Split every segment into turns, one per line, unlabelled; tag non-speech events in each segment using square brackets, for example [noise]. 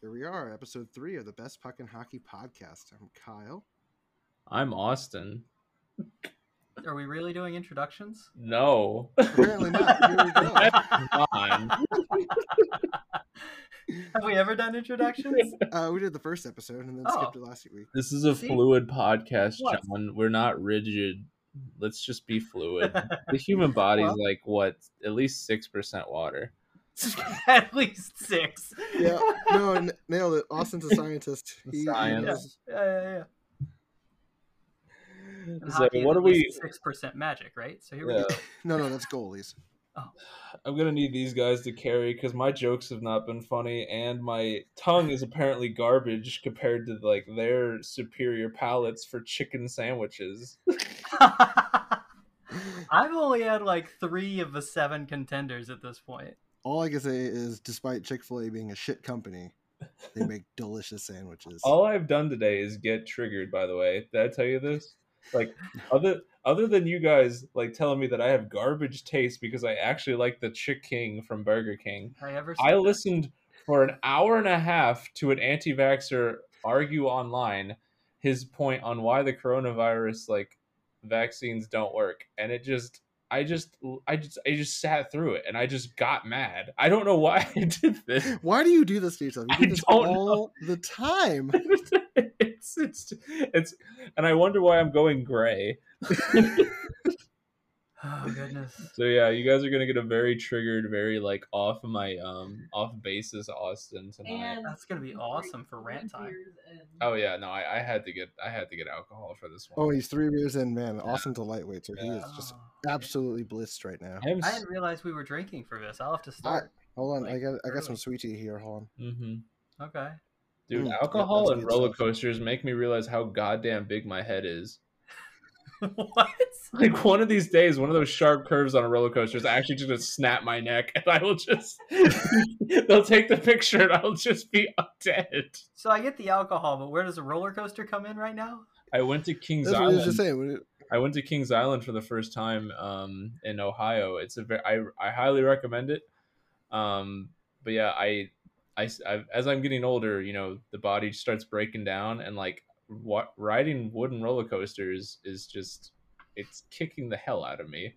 Here we are, episode three of the Best Puck and Hockey podcast. I'm
[laughs]
Kyle.
I'm Austin.
Are we really doing
[laughs]
introductions?
No.
Apparently not. Here we go.
Come
[laughs]
on.
Have we ever done
[laughs]
introductions? [laughs]
Uh, we did the first episode and then
Oh.
skipped it last week.
This is a
See?
fluid podcast,
What?
John. We're not rigid. Let's just be
[laughs]
fluid. The human body's
Well-
like what, at least six percent water.
At least six.
Yeah. No, n- nailed it. Austin's a
[laughs]
scientist. He, he
Science.
knows-
Yeah, yeah, yeah. And
So what do we?
Six percent magic, right? So here we
Yeah.
go.
No, no, that's goalies.
I'm gonna need these guys to carry because my jokes have not been funny, and my tongue is apparently garbage compared to like their superior palates for chicken sandwiches.
[laughs] I've only had like three of the seven contenders at this point.
All I can say is, despite Chick Fil A being a shit company, they
[laughs]
make delicious sandwiches.
All I've done today is get triggered. By the way, did I tell you this? Like, other other than you guys like telling me that I have garbage taste because I actually like the Chick King from Burger King,
Have I ever?
I
said that?
listened for an hour and a half to an anti-vaxxer argue online his point on why the coronavirus like vaccines don't work, and it just. I just, I just, I just sat through it, and I just got mad. I don't know why [laughs] I did this.
Why do you do this to yourself?
I
You do this
don't
all the time.
[laughs] it's, it's it's and I wonder why I'm going gray.
[sighs] Oh goodness.
So [laughs] yeah, you guys are gonna get a very triggered, very like off my um off basis Austin tonight.
And
That's gonna be awesome for rant time.
oh yeah, no, I, I had to get I had to get alcohol for this
Oh,
one.
he's three beers in, man. Austin's a lightweight, so he is just
Oh,
absolutely blitzed right now.
I'm
I didn't realize we were drinking for this. I'll have to
I,
start.
hold on, I
like,
got I got some
early.
sweet tea here. Hold on.
hmm
Okay.
Dude,
Mm, yeah,
alcohol
that's
and
good
roller
stuff.
coasters make me realize how goddamn big my head is. [laughs]
[laughs] what?
Like one of these days, one of those sharp curves on a roller coaster is actually just gonna snap my neck, and I will just [laughs] they'll take the picture, and I'll just be [laughs] dead.
So I get the alcohol, but where does the roller coaster come in right now?
I went to Kings
That's what I was
Island.
just saying. When it-
I went to Kings Island for the first time um, in Ohio. It's a very, I, I highly recommend it. Um, but yeah, I, I, s- I- as I'm getting older, you know, the body starts breaking down, and like what riding wooden roller coasters is just, it's kicking the hell out of me.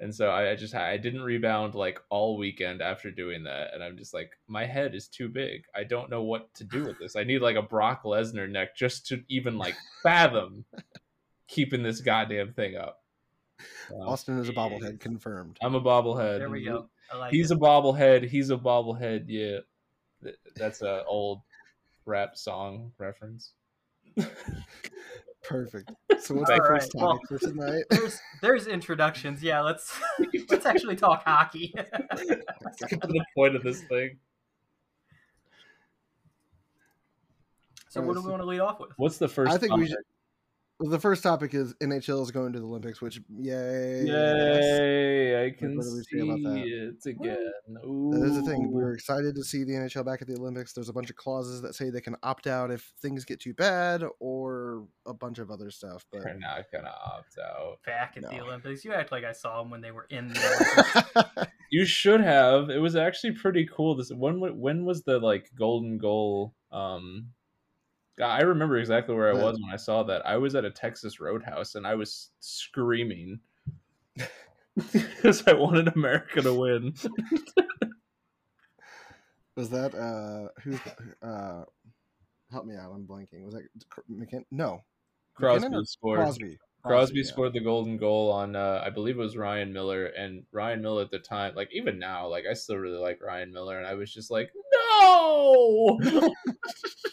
And so I, I just I didn't rebound like all weekend after doing that, and I'm just like my head is too big. I don't know what to do with this. I need like a Brock Lesnar neck just to even like fathom keeping this goddamn thing up. Um,
Austin is a bobblehead, confirmed.
I'm a bobblehead.
There we go. I like
He's
it.
a bobblehead. He's a bobblehead. Yeah, Th- that's a old rap song reference. [laughs]
Perfect. So what's
All
the first
right, well-
topic for tonight?
there's there's introductions. Yeah, [laughs] let's let's actually talk hockey.
Let's get to the point of this thing.
so what do we want to lead off with?
What's the first?
I think we
topic?
should. Well, the first topic is NHL is going to the Olympics, which yay! yes.
Yay! I can
What do we
see
say about that?
it again.
That is the thing.
Ooh.
We're excited to see the NHL back at the Olympics. There's a bunch of clauses that say they can opt out if things get too bad, or a bunch of other stuff. But
We're not gonna opt out.
Back at the
No.
Olympics, you act like I saw them when they were in the [laughs] Olympics.
You should have. It was actually pretty cool. This when wa- when was the like golden goal? Um, I remember exactly where I
Yeah.
was when I saw that. I was at a Texas Roadhouse and I was screaming [laughs] because I wanted America to win.
[laughs] was that uh who's uh help me out? I'm blanking. Was that Cr- McKin? No,
Crosby
or
scored. Crosby,
Crosby. yeah.
scored the golden goal on uh, I believe it was Ryan Miller and Ryan Miller at the time. Like even now, like I still really like Ryan Miller and I was just like, no. [laughs]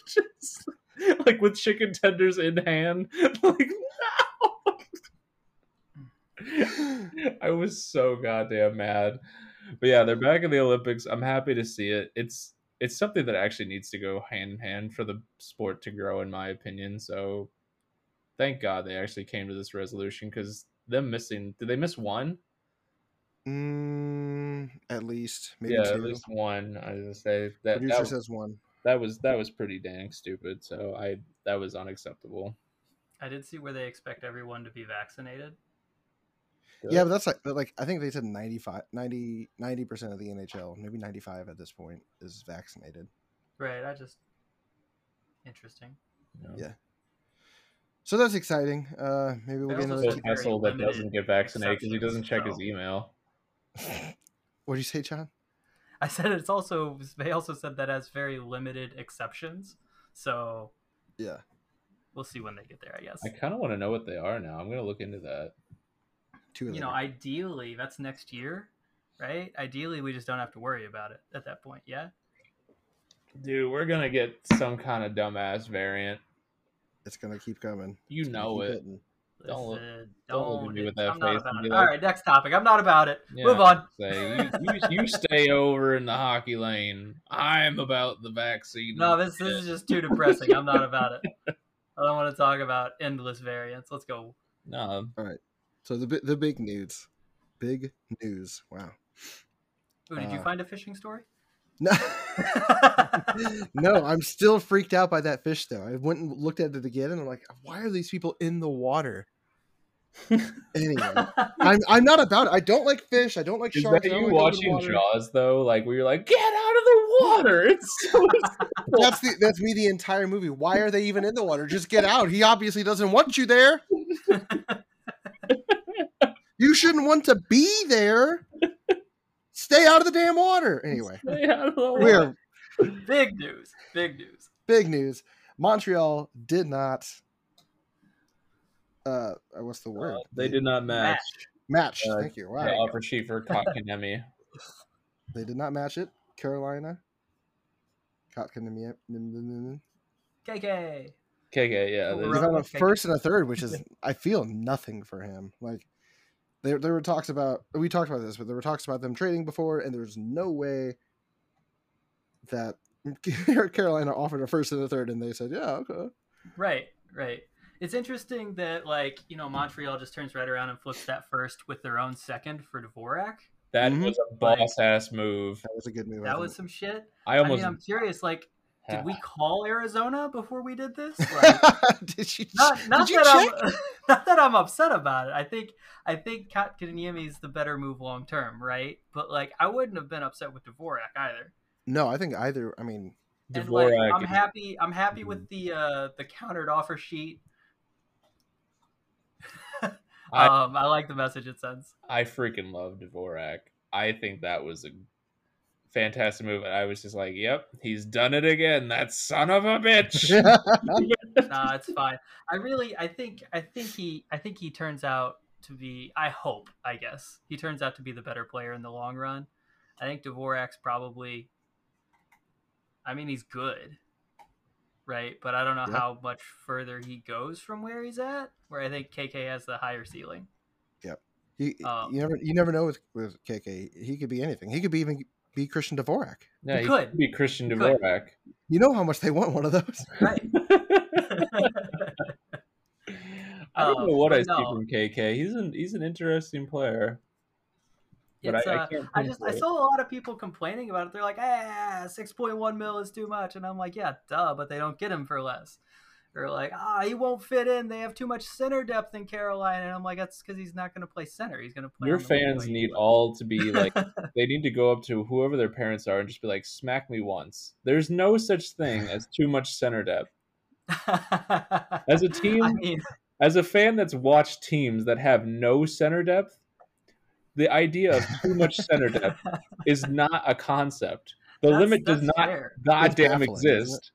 Just, like with chicken tenders in hand, [laughs] like [laughs] I was so goddamn mad. But yeah, they're back in the Olympics. I'm happy to see it. It's it's something that actually needs to go hand in hand for the sport to grow, in my opinion. So thank God they actually came to this resolution because them missing did they miss one?
Mm, at least maybe
yeah,
two.
at least one. I was gonna say that
Producer
that,
says one.
that was that was pretty dang stupid. So I that was unacceptable.
I did see where they expect everyone to be vaccinated.
Yeah, but that's like, but like I think they said 95, 90 percent of the NHL, maybe ninety five at this point is vaccinated.
Right. I just interesting.
you know.
Yeah. So that's exciting. Uh, maybe we'll
That
get
was a
another.
Phil
very
T-
Kessel that
limited
doesn't get vaccinated because he doesn't
exceptions,
check his
so-
email.
[laughs] What'd you say, John?
I said it's also they also said that has very limited exceptions. So
Yeah.
we'll see when they get there, I guess.
I kind of want to know what they are now. I'm gonna look into that.
Two.
you know, ideally that's next year, right? Ideally we just don't have to worry about it at that point, yeah?
Dude, we're gonna get some kind of dumbass variant.
it's gonna keep coming.
You
It's gonna
know
keep
it.
hitting.
Don't look-
Listen,
don't look at me
it-
with that
I'm not
face and
about
be
it.
like-
All right, next topic. I'm not about it.
Yeah.
Move on.
Say you, you,
[laughs]
you stay over in the hockey lane. I'm about the vaccine.
No, this, this is just too depressing. I'm not about it.
[laughs]
I don't want to talk about endless variants. Let's go.
no.
So the bi- the big news, big news. Wow.
Ooh, did you
Uh,
find a fishing story?
[laughs]
[laughs]
No, [laughs] no, I'm still freaked out by that fish though. I went and looked at it again, and I'm like, why are these people in the
[laughs]
water? anyway, I'm I'm not about it. I don't like fish. I don't like
Is
sharks.
that
I don't like
you
going to the water.
watching Jaws though? Like where you're like, get out of the water. [laughs] It's so
That's the that's me the entire movie. Why are they even in the water? Just get out. He obviously doesn't want you there. you shouldn't want to be there. Stay out of the damn water. Anyway,
stay out of the
we
water.
are
Big news. Big news.
big news. Montreal did not. Uh, what's the word?
Uh, they did not match
match.
uh,
Thank you. Wow,
the offer sheet for [laughs] Kotkaniemi.
they did not match it. Carolina. Kotkaniemi-
KK.
KK, yeah.
Well,
they-
He's
Right.
on a
Okay.
first and a third, which is I feel nothing for him. Like there there were talks about we talked about this, but there were talks about them trading before, and there's no way that [laughs] Carolina offered a first and a third, and they said, "Yeah, okay."
Right, right. It's interesting that like, you know, Montreal just turns right around and flips that first with their own second for Dvorak.
That
Mhm.
was a boss ass move.
That was a good move. I
That was
think.
some shit.
I um,
I,
almost
mean, I'm curious, like, did
[sighs]
we call Arizona before we
[laughs]
did this? Like,
[laughs] did you
not not
did you
that
check?
I'm [laughs] not that I'm upset about it. I think I think Kotkaniemi is the better move long term, right? But like I wouldn't have been upset with Dvorak either.
No, I think either. I
[laughs]
mean,
And like
Dvorak
I'm
is- Mm-hmm.
happy I'm happy with the uh the countered offer sheet. [laughs]
I-
um I like the message it sends.
I freaking love Dvorak. I think that was a fantastic move, and I was just like, "Yep, he's done it again. That son of
[laughs]
a bitch."
nah, it's fine. I really, I think, I think he, I think he turns out to be. I hope, I guess, he turns out to be the better player in the long run. I think Dvorak's probably. I mean, he's good, right? But I don't know
Yeah.
how much further he goes from where he's at. Where I think KK has the higher ceiling.
he,
Um,
you never you never know with with KK. He could be anything. He could be even be Christian Dvorak.
no,
He
he
could.
could be Christian
He could.
Dvorak. [laughs]
You know how much they want one of those.
Right. [laughs]
I don't
Um,
know what I
but
see
no.
from KK. He's an he's an interesting player. But
It's,
I, I
uh,
can't
I just I
pinpoint.
saw a lot of people complaining about it. They're like, ah, six point one mil is too much, and I'm like, yeah, duh, but they don't get him for less. They're like, ah, he won't fit in. They have too much center depth in Carolina, and I'm like, that's because he's not going to play center. He's going to play.
Your
on the wing
fans
like-
need
[laughs]
all to be like they need to go up to whoever their parents are and just be like, "Smack me once." There's no such thing as too much center depth. As a team,
I mean,
as a fan that's watched teams that have no center depth, the idea of too much center
[laughs]
depth is not a concept. The
that's-
limit does
that's
not
fair.
goddamn
It's baffling, isn't it?
exist.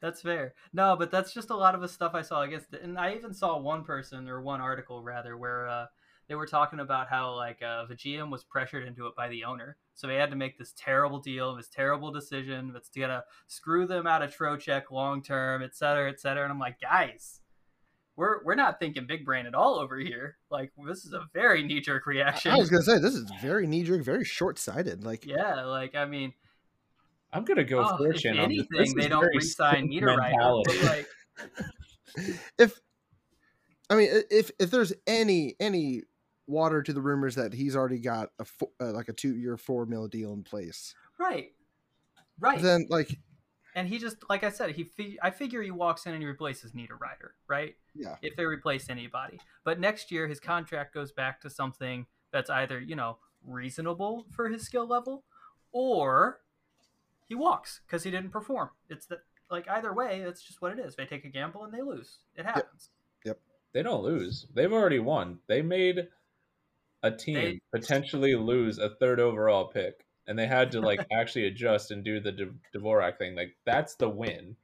That's fair. No, but that's just a lot of the stuff I saw against it. And I even saw one person or one article rather where uh, they were talking about how like uh, the GM was pressured into it by the owner, so they had to make this terrible deal, this terrible decision that's gonna screw them out of Trocheck long term, et cetera, et cetera. And I'm like, guys, we're we're not thinking big brain at all over here. Like this is a very knee jerk
I-
reaction.
I was gonna say this is very knee jerk, very short sighted. Like
[laughs] yeah, like I mean,
I'm gonna go
oh, if
fortune. on this.
anything,
This is
they don't
very
re-sign
sick
Niederreiter.
mentality.
But, like,
if I mean i- if if there's any any water to the rumors that he's already got a fo- uh, like a two year four mil deal in place,
right, right.
then like
and he just like I said, he fi- I figure he walks in and he replaces Nita Ryder, right?
Yeah.
If they replace anybody, but next year his contract goes back to something that's either you know reasonable for his skill level, or He walks because he didn't perform. It's that like either way, it's just what it is. They take a gamble and they lose. It happens.
They don't lose. They've already won. They made a team
They-
potentially lose a third overall pick, and they had to
[laughs]
like actually adjust and do the D- Dvorak thing. Like that's the win.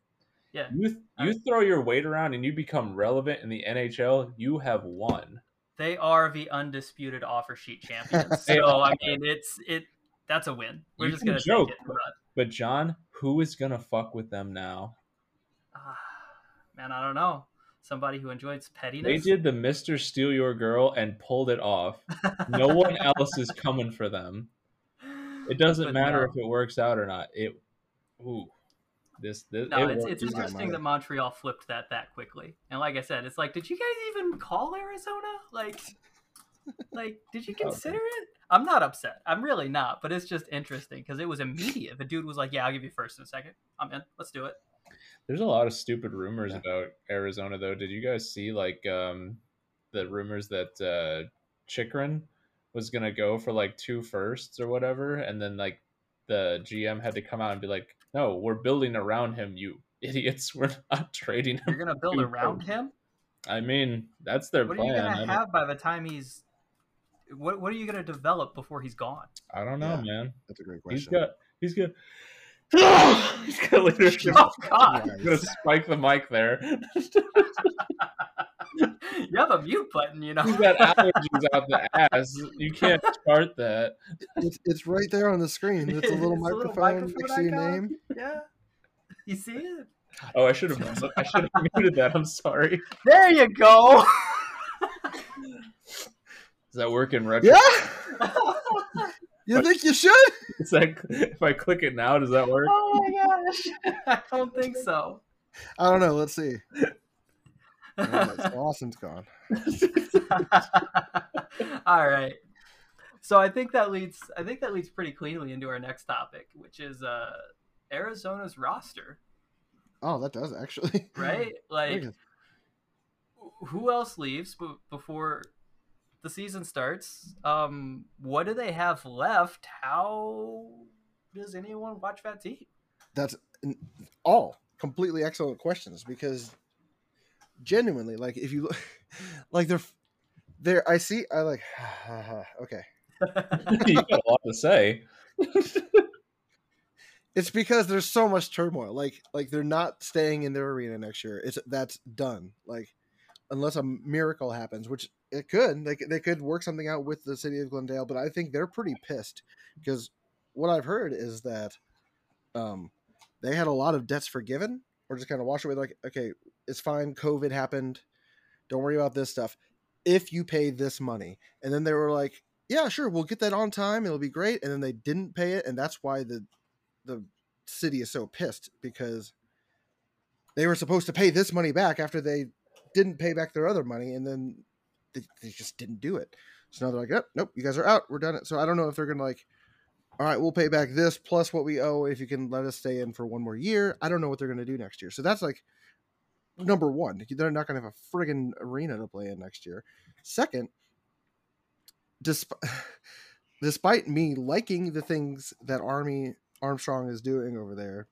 Yeah.
You th- you throw your weight around and you become relevant in the NHL. You have won.
They are the undisputed offer
[laughs]
sheet champions. So I mean, it's it. That's a win. We're
You
just
can
gonna
joke,
take it and run.
But John, who is gonna fuck with them now?
Ah, man, I don't know. Somebody who enjoys
They
pettiness.
did the Mister Steal Your Girl and pulled it off. No
[laughs]
one else is coming for them. It doesn't
But
matter
no.
if it works out or not. It, ooh, this this
No,
it
it's,
worked.
it's
He's not
interesting
mine.
that Montreal flipped that that quickly. And like I said, it's like, did you guys even call Arizona? Like, like, did
[laughs]
you consider it? I'm not upset. I'm really not. But it's just interesting because it was immediate. The dude was like, "Yeah, I'll give you first and second. I'm in. Let's do it."
There's a lot of stupid rumors
Yeah.
about Arizona, though. Did you guys see like um, the rumors that uh, Chikrin was gonna go for like two firsts or whatever, and then like the GM had to come out and be like, "No, we're building around him, you idiots. [laughs] We're not trading him."
You're
[laughs]
gonna build
Dude,
around him.
I mean, that's their
What are
plan.
you
I
gonna
don't,
have by the time he's? What What are you gonna develop before he's gone? [laughs]
I don't know,
Yeah.
man.
That's a great
He's
question.
got he's got [laughs] he's got leadership. [laughs]
Oh God!
I'm gonna
Nice.
spike the mic there.
You have a mute button, you know.
He's got allergies out the ass. You can't chart that.
It's, it's right there on the screen.
[laughs]
It's a little
It's a little
microphone,
microphone
next to your
icon.
name.
Yeah. You see it?
Oh, I should have. I should have [laughs] muted that. I'm sorry.
There you [laughs] go.
Does that work in retro?
Yeah,
Oh
you think you should?
Is that, if I click it now, does that work? [laughs]
Oh my gosh. I don't think so.
I don't know. Let's see. Oh,
[laughs]
my- Austin's gone.
All right. So I think that leads I think that leads pretty cleanly into our next topic, which is uh Arizona's roster,
Oh, that does actually.
[laughs] right?
Look
Like
at-
who else leaves b- before the season starts? Um what do they have left? How does anyone watch that team?
That's an- all completely excellent questions because genuinely, like if you look, [laughs] like they're there, I see. I like. [sighs] okay,
you got a lot to say.
it's because there's so much turmoil. Like like they're not staying in their arena next year. It's that's done. Like unless a miracle happens, which it could. They could- they could work something out with the city of Glendale, but I think they're pretty pissed because what I've heard is that um they had a lot of debts forgiven or just kind of washed away. Like okay, it's fine. COVID happened. Don't worry about this stuff. If you pay this money, and then they were like, "Yeah, sure, we'll get that on time. It'll be great." And then they didn't pay it, and that's why the the city is so pissed because they were supposed to pay this money back after they didn't pay back their other money and then they, they just didn't do it so now they're like nope, nope you guys are out we're done it so i don't know if they're gonna like all right we'll pay back this plus what we owe if you can let us stay in for one more year i don't know what they're gonna do next year so that's like number one they're not gonna have a friggin arena to play in next year second despite [laughs] despite me liking the things that army Armstrong is doing over there.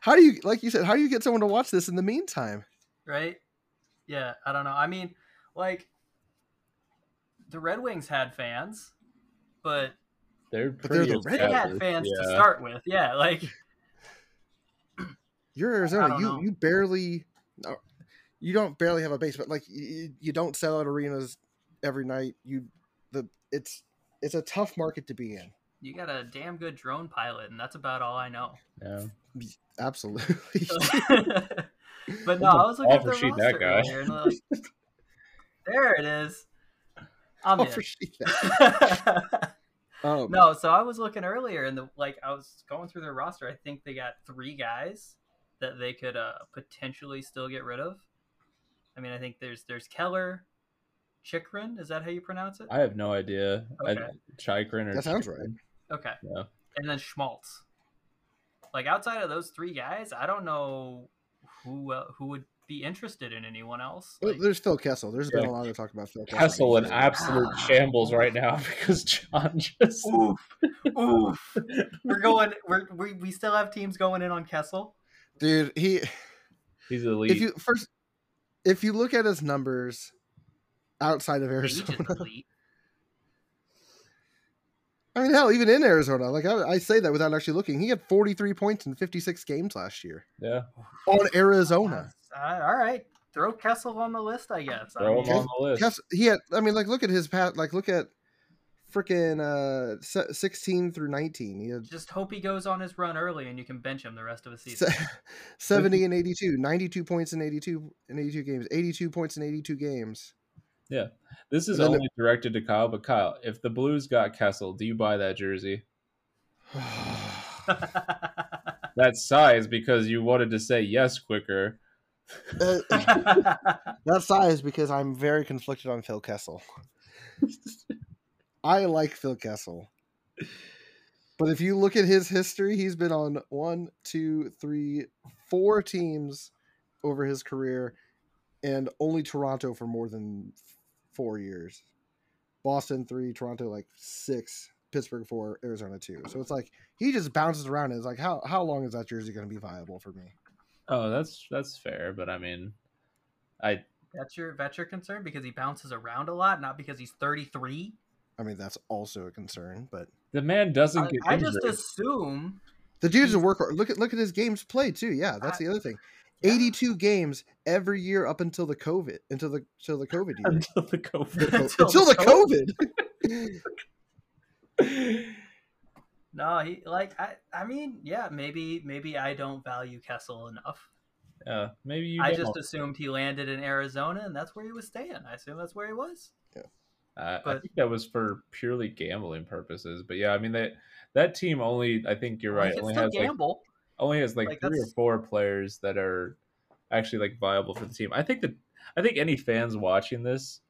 How do you, like you said, how do you get someone to watch this in the meantime?
right? Yeah, I don't know. I mean, like the Red Wings had fans, but
They're
they're
pretty
the Red
they had
established,
fans to
yeah.
start with. Yeah, like
You're Arizona.
don't
You
know.
you barely, no, you don't barely have a base, but like you, you don't sell out arenas every night. You the it's it's a tough market to be in.
you got a damn good drone pilot, and that's about all I know. [laughs]
Yeah.
Absolutely. [laughs]
but no, I was looking at the
Offer sheet,
roster
that guy.
earlier, and like, there it is.
[laughs]
I'm
Oh,
in.
for shit.
[laughs]
Um,
no, so I was looking earlier, and the like I was going through their roster. I think they got three guys that they could uh, potentially still get rid of. I mean, I think there's there's Keller, Chikrin. Is that how you pronounce it?
I have no idea.
Okay.
I, Chikrin or
That sounds
Chikrin.
Okay.
Yeah.
And then Schmaltz. Like outside of those three guys, I don't know who el- who would be interested in anyone else.
Well,
Like,
There's Phil Kessel. There's been
Yeah.
a lot of talk about Phil Kessel.
Kessel in absolute
Ah.
shambles right now [laughs] because John just
oof,
[laughs]
oof. We're going. We're, we we still have teams going in on Kessel.
Dude, he
he's elite.
if you first if you look at his numbers outside of Arizona,
[laughs]
Agent elite.
I mean hell, even in Arizona, like I, I say that without actually looking, he had 43 points in 56 games last year
yeah,
on Arizona.
Uh, all right, throw Kessel on the list, I guess. I
throw him
mean,
on the list.
Yes, he had. I mean, like look at his pat. Like look at freaking uh se- 16 through 19. He had
Just hope he goes on his run early, and you can bench him the rest of the season.
se- [laughs] 70 and 82, 92 points in 82 in 82 games, 82 points in 82 games.
This is
And then-
only directed to Kyle, but Kyle, if the Blues got Kessel, do you buy that jersey?
uh,
I
That size because you wanted to say yes quicker.
that size because I'm very conflicted on Phil Kessel. I like Phil Kessel. But if you look at his history, he's been on one, two, three, four teams over his career, and only Toronto for more than four years. Boston three, Toronto like six, Pittsburgh four, Arizona two. So it's like he just bounces around. And it's like how how long is that jersey going to be viable for me?
Oh, that's that's fair, but I mean, I
[laughs] that's your that's your concern because he bounces around a lot, not because he's thirty three.
I mean that's also a concern, but
the man doesn't
I,
get
I
injured.
just assume
The dude's a workhorse. Look at look at his games played too. Yeah, that's the other thing.
Yeah.
82 games every year up until the COVID, until the until the COVID
[laughs]
year,
until the COVID.
until, the COVID.
[laughs]
[laughs]
[laughs] No, he like I I mean, yeah, maybe maybe I don't value Kessel enough.
yeah, maybe you.
I
don't.
just assumed he landed in Arizona and that's where he was staying. I assume that's where he was.
Uh, I
But-
think that was for purely gambling purposes. But yeah, I mean that that team only I think you're right
He can
only
still
has like,
gamble.
only has like,
Like,
three or
that's-
four players that are actually like viable for the team. I think that I think any fans watching this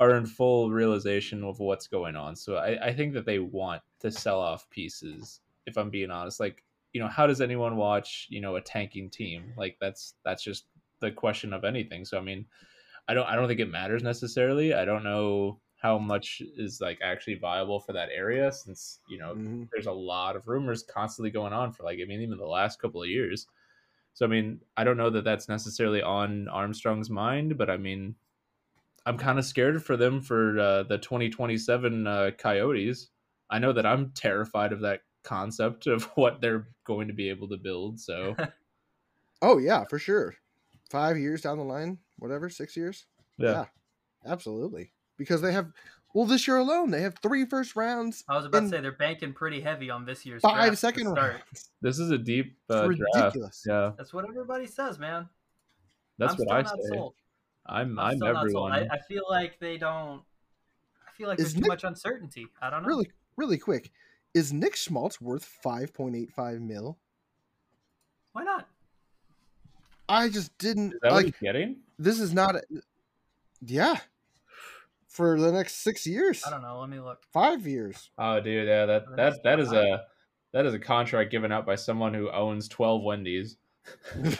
are in full realization of what's going on. So I, I think that they want to sell off pieces. If I'm being honest, like you know, how does anyone watch you know a tanking team? Like that's that's just the question of anything. So I mean, I don't I don't think it matters necessarily. I don't know how much is like actually viable for that area since you know
Mhm.
there's a lot of rumors constantly going on for like I mean even the last couple of years. So I mean I don't know that that's necessarily on Armstrong's mind, but I mean I'm kind of scared for them for uh, the 2027 uh, Coyotes. I know that I'm terrified of that concept of [laughs] what they're going to be able to build. So
Oh yeah, for sure. Five years down the line, whatever, six years,
yeah,
absolutely. Because they have, well, this year alone they have three first rounds,
I was about
in-
to say they're banking pretty heavy on this year's draft to
five second
start.
rounds.
this is a deep
It's
uh, draft.
ridiculous.
Yeah,
That's what everybody says, man.
that's
I'm
what
still
I
not
say.
sold.
I'm
I'm,
I'm,
still not sold.
everyone.
I, I feel like they don't I feel like
Is
there's too
Nick-
much uncertainty. I don't know.
Really, really quick. Is Nick Schmaltz worth five point eight five mil?
Why not?
I just didn't
is that
like.
what he's getting?
This is not. A, yeah, for the next six years.
I don't know. Let
[laughs]
me look.
five years.
Oh, dude, yeah, that
And then
that that is
five.
a that is a contract given out by someone who owns twelve Wendy's.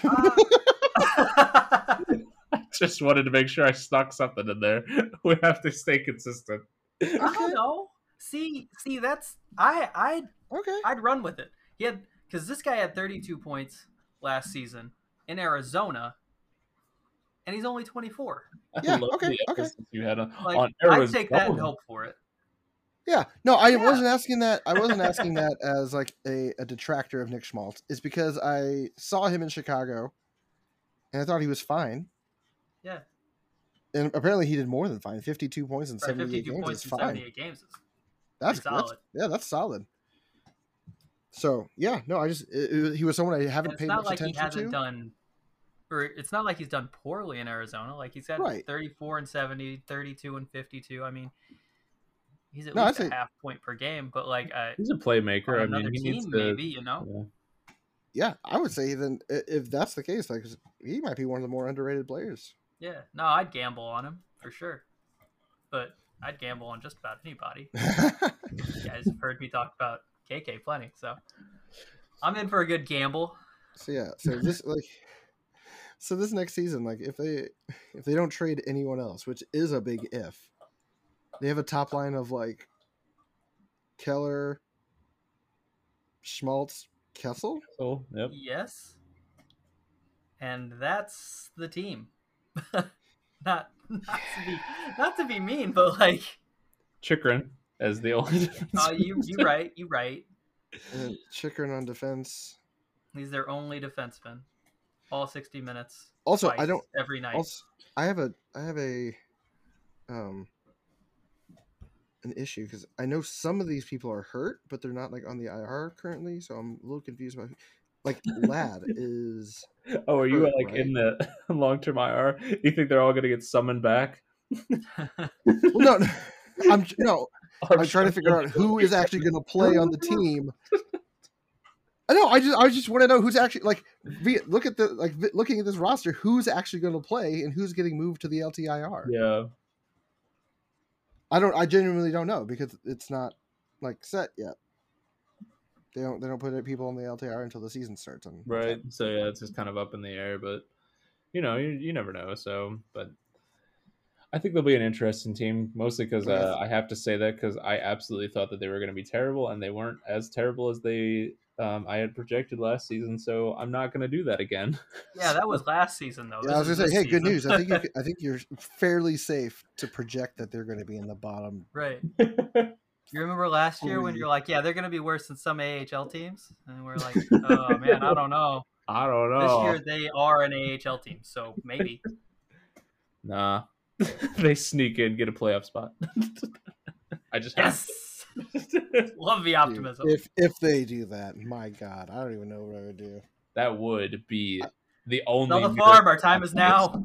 Uh, [laughs] Ah.
I [laughs] just wanted to make sure I stuck something in there. [laughs] We have to stay consistent.
I don't know. See, see, that's I I
[laughs] Okay.
I'd run with it. He had because this guy had 32 points last season in Arizona, and he's only 24.
I
Yeah,
love
okay,
the
okay.
emphasis You had on,
Like
on
I'd
Arizona.
take that and hope for it.
Yeah. No, I
Yeah.
wasn't asking that. I wasn't asking that as like a, a detractor of Nick Schmaltz. It's because I saw him in Chicago, and I thought he was fine.
Yeah.
And apparently, he did more than fine. Fifty-two points in
Right,
seventy-eight
52
games
points
is
in
fine.
78 games. is-
That's,
Pretty
that's
solid.
yeah, that's solid. So yeah, no, I just it, it- he was someone I
and
haven't
It's
paid
not
much
like he
attention
hasn't
to.
done, or it's not like he's done poorly in Arizona. Like he's had
Right.
34 and 70, 32 and 52. I mean, he's at
No,
least
I'd
a
say-
half point per game. But like, uh,
He's a
on
playmaker. I
another
mean, he needs
team,
to.
maybe you know.
yeah.
yeah, I would say then i- if that's the case, like he might be one of the more underrated players. [laughs]
Yeah, no, I'd gamble on him for sure. But I'd gamble on just about anybody. You guys have heard me talk about KK plenty, so I'm in for a good gamble.
So yeah, so this like so this next season, like if they if they don't trade anyone else, which is a big if, they have a top line of like Keller, Schmaltz, Kessel.
Cool. Yep.
Yes. And that's the team. [laughs] not not to be not to be mean, but like
[laughs]
Chikrin as the only. [laughs] defense
uh, you you right, you right.
And then Chikrin on defense.
He's their only defenseman. All sixty minutes.
Also, I
twice,
don't.
every night.
Also, I have a I have a um an issue because I know some of these people are hurt, but they're not like on the IR currently, so I'm a little confused about who. Like Lad is
Oh, are you
hurt,
like
right?
in the [laughs] long term IR? You think they're all going to get summoned back?
well, no, no, I'm no. I'm trying to figure out who is actually going to play on the team. I know. I just I just want to know who's actually like. vi- Look at the like vi- looking at this roster. Who's actually going to play and who's getting moved to the LTIR?
[laughs] Yeah.
I don't. I genuinely don't know because it's not like set yet. They don't. They don't put people on the LTIR until the season starts. And
Right. So yeah, it's just kind of up in the air, but you know, you, you never know. So, but I think they'll be an interesting team, mostly because uh, I have to say that because I absolutely thought that they were going to be terrible, and they weren't as terrible as they um, I had projected last season. So I'm not going to do that again. [laughs]
yeah, that was last season though.
Yeah, I was
This
gonna
is
say, hey,
this
good
season.
news. I think
[laughs]
you, c- I think you're fairly safe to project that they're going to be in the bottom.
Right.
[laughs]
You remember last year when
Holy-
you're like, yeah, they're going to be worse than some AHL teams? And
[laughs]
we're like, oh, man, I don't know.
I don't
This
know.
year they are an AHL team, so
[laughs]
maybe.
Nah, [laughs] they sneak in, get a playoff spot. [laughs] I just have
Yes!
to.
Love the
Dude,
optimism.
If if they do that, my God, I don't even know what I would do.
that would be the only
Sell the
miracle
farm, our
[laughs]
time is now.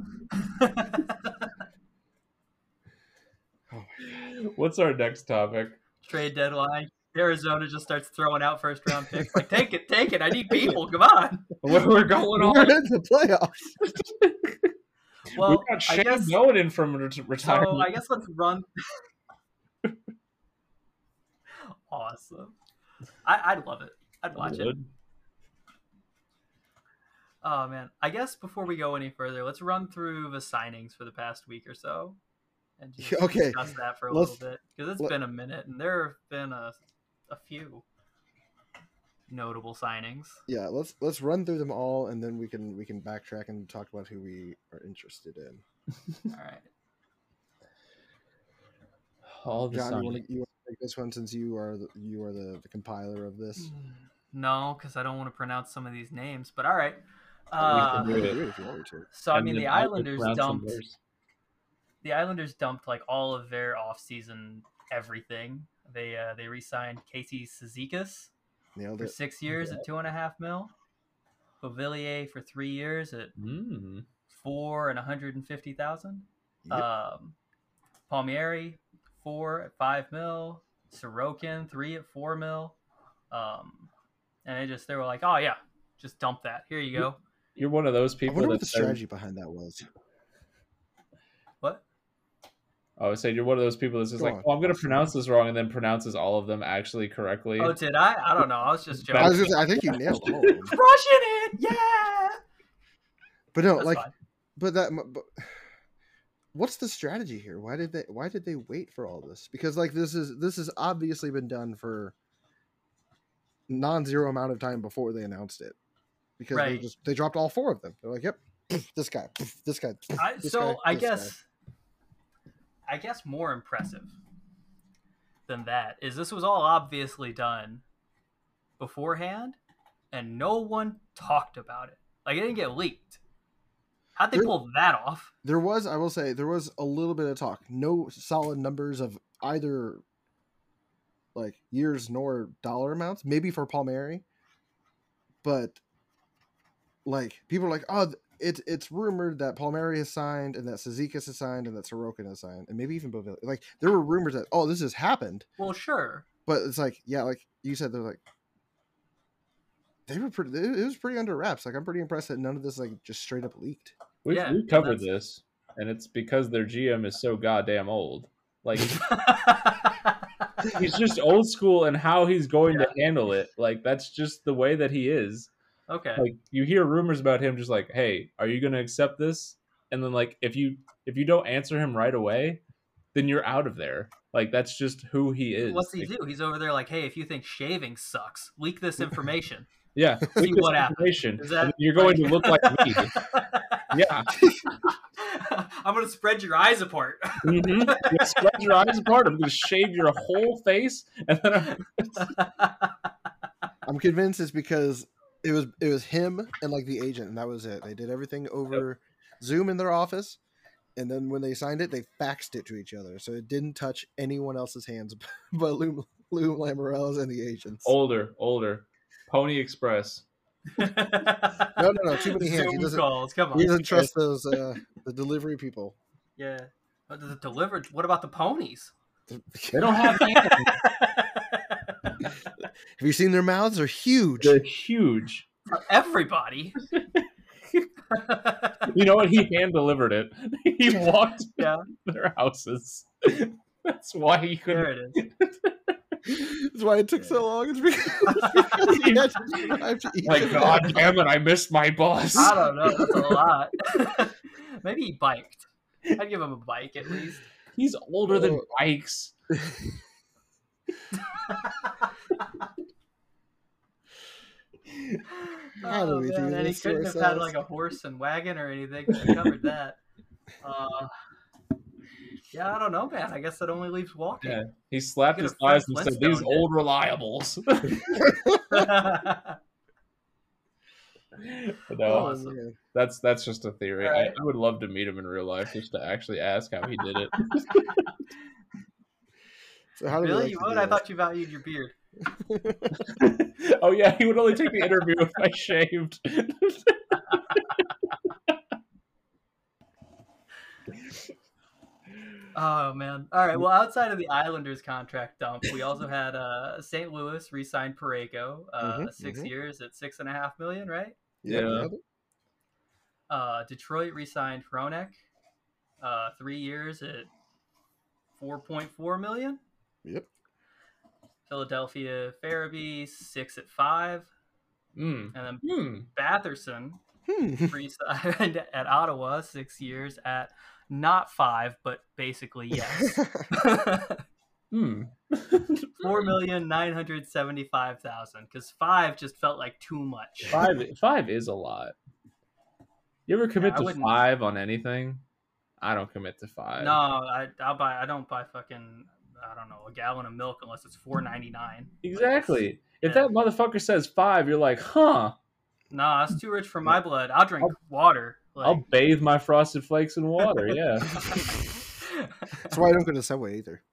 What's our next topic?
[laughs] Trade deadline. Arizona just starts throwing out first round picks. Like, take it, take it. I need people. Come on.
Where [laughs] we're going
We're
on?
in the playoffs.
we
Well,
got Shane
I guess.
Doan from ret- retirement.
So I guess let's run. [laughs] awesome. I, I'd love it. I'd watch it.
Would.
Oh man, I guess before we go any further, let's run through the signings for the past week or so, and just
[laughs] Okay.
discuss that for a
Let's-
little bit because it's
let-
been a minute, and there have been a a few notable
[laughs]
signings.
Yeah, let's let's run through them all, and then we can we can backtrack and talk about who we are interested in.
All right,
All the
John, you
signing-
want to you wanna take this one since you are the, you are the, the compiler of this.
no, because I don't want to pronounce some of these names, but all right.
you
Uh,
can do it if you want me to.
so I
And
mean,
then
the
I would
Islanders
round some
dumped
worse.
the Islanders dumped like all of their offseason everything. They uh, they re-signed Casey Sezikis
Nailed
for
it.
six years at two and a half mil, Bovillier for three years at
Mm.
four and a hundred and fifty thousand.
Yep.
Um, Palmieri four at five mil, Sorokin three at four mil, um, and they just they were like, oh yeah, just dump that. Here you go.
You're one of those
I
people.
wonder what
that
the
says-
strategy behind that was.
What?
I would say you're one of those people that's just
Go
like,
on.
oh, I'm going to pronounce this wrong, and then pronounces all of them actually correctly.
Oh, did I? I don't know. I was just joking.
I was gonna say, I think you nailed [laughs] all of them.
Crushing it, yeah.
But no,
That's
like,
fine.
but that, but, [sighs] what's the strategy here? Why did they why did they wait for all this? Because like this is this has obviously been done for non-zero amount of time before they announced it. Because they
Right.
just they dropped all four of them. They're like, yep, this guy, this guy.
I,
[laughs] this
so
guy,
I
this guy.
guess, I guess more impressive than that is this was all obviously done beforehand, and no one talked about it. Like it didn't get leaked. How'd they
There-
pull that off?
There was, I will say, there was a little bit of talk. No solid numbers of either like years nor dollar amounts, maybe for Palmieri. But like people are like, oh, th- it's it's rumored that Palmieri has signed and that Sezikis has signed and that Sorokin has signed and maybe even Bovillier. Like there were rumors that oh, this has happened,
Well, sure, [laughs]
but it's like yeah, like you said, they're like they were pretty. It it was pretty under wraps. Like I'm pretty impressed that none of this like just straight up leaked.
We've,
yeah,
we've covered
that's-
this, and it's because their GM is so goddamn old.
[laughs]
Like, he's just old school and how he's going to handle it. Like, that's just the way that he is.
Okay.
[laughs]
Oh,
Like you hear rumors about him, just like, hey, are you gonna accept this? And then like if you if you don't answer him right away, then you're out of there. Like that's just who he is.
What's he
Like,
do? He's over there like, hey, if you think shaving sucks, leak
[laughs]
this information. [laughs]
Yeah, leak this
what happens.
information,
Is that- [laughs]
and you're going to look like me. Yeah,
I'm gonna spread your eyes apart.
hmm spread your eyes apart. I'm going to shave your whole face, and then
[laughs]
I'm
I'm convinced it's because it was it was him and like the agent, and that was it. They did everything over Zoom in their office, and then when they signed it, they faxed it to each other, so it didn't touch anyone else's hands [laughs] but Lou, Lou Lamorella's and the agents.
Oh.
older, older. Pony Express.
No, no, no,
[laughs]
too many hands. He
Zoom
doesn't-
calls. Come on.
He doesn't trust those uh, the delivery
[laughs]
people.
Yeah. But the delivered. What about the ponies?
They don't
[laughs]
have hands.
Have you seen their mouths? They're huge.
They're huge.
For everybody.
You know what? He hand delivered it. [laughs] He walked
Yeah.
to [laughs] their houses. [laughs] That's why he
there
couldn't.
it is.
[laughs] That's why it took so long. It's because, [laughs] because he had to drive to each
[laughs] Like,
of them.
God damn it! I missed my bus.
I don't know. That's a lot. [laughs] Maybe he biked. I'd give him a bike at
[laughs]
least.
[laughs] He's older than
Oh.
bikes.
How do
oh,
we do
man, and he
this to
couldn't have had
ourselves?
like a horse and wagon or anything. We covered
[laughs]
that. Uh, yeah, I don't know, man. I guess that only leaves walking.
Yeah. He slapped
Look at
his
a Fred
thighs and said, "These
Flintstone.
old reliables." [laughs]
[laughs]
Oh,
no,
awesome.
man.
that's that's just a theory. I,
Alright.
I would love to meet him in real life just to actually ask how he did it.
So how do we
really,
like
you
to do
would? I
this?
thought you valued your beard. [laughs]
[laughs] oh yeah, he would only take the interview if I shaved. [laughs]
Oh man! All right. Well, outside of the Islanders contract dump, we also had uh, St. Louis re-signed Pareko, uh,
Mhm,
6
mhm.
years at six and a half million, right?
Yep,
Yeah.
yep.
Uh, Detroit re-signed Hronek, uh, three years at four point four million.
Yep.
Philadelphia Farabee six at five,
Hmm.
and then
Hmm.
Batherson
Hmm.
re-signed at Ottawa six years at not five, but
[laughs]
basically yes. [laughs]
Hmm. [laughs]
four million nine hundred seventy five thousand because five just felt like too much.
Five. Five is a lot. You ever commit
I
to
wouldn't-
five on anything? I don't commit to five.
No, I I'll buy. I don't buy fucking. I don't know a gallon of milk unless it's four ninety nine.
Exactly. If
Yeah.
that motherfucker says five, you're like, huh?
Nah, it's too rich for my blood. I'll drink water. Like,
I'll [laughs] bathe my frosted flakes in water. [laughs] Yeah.
That's why I don't go to Subway either.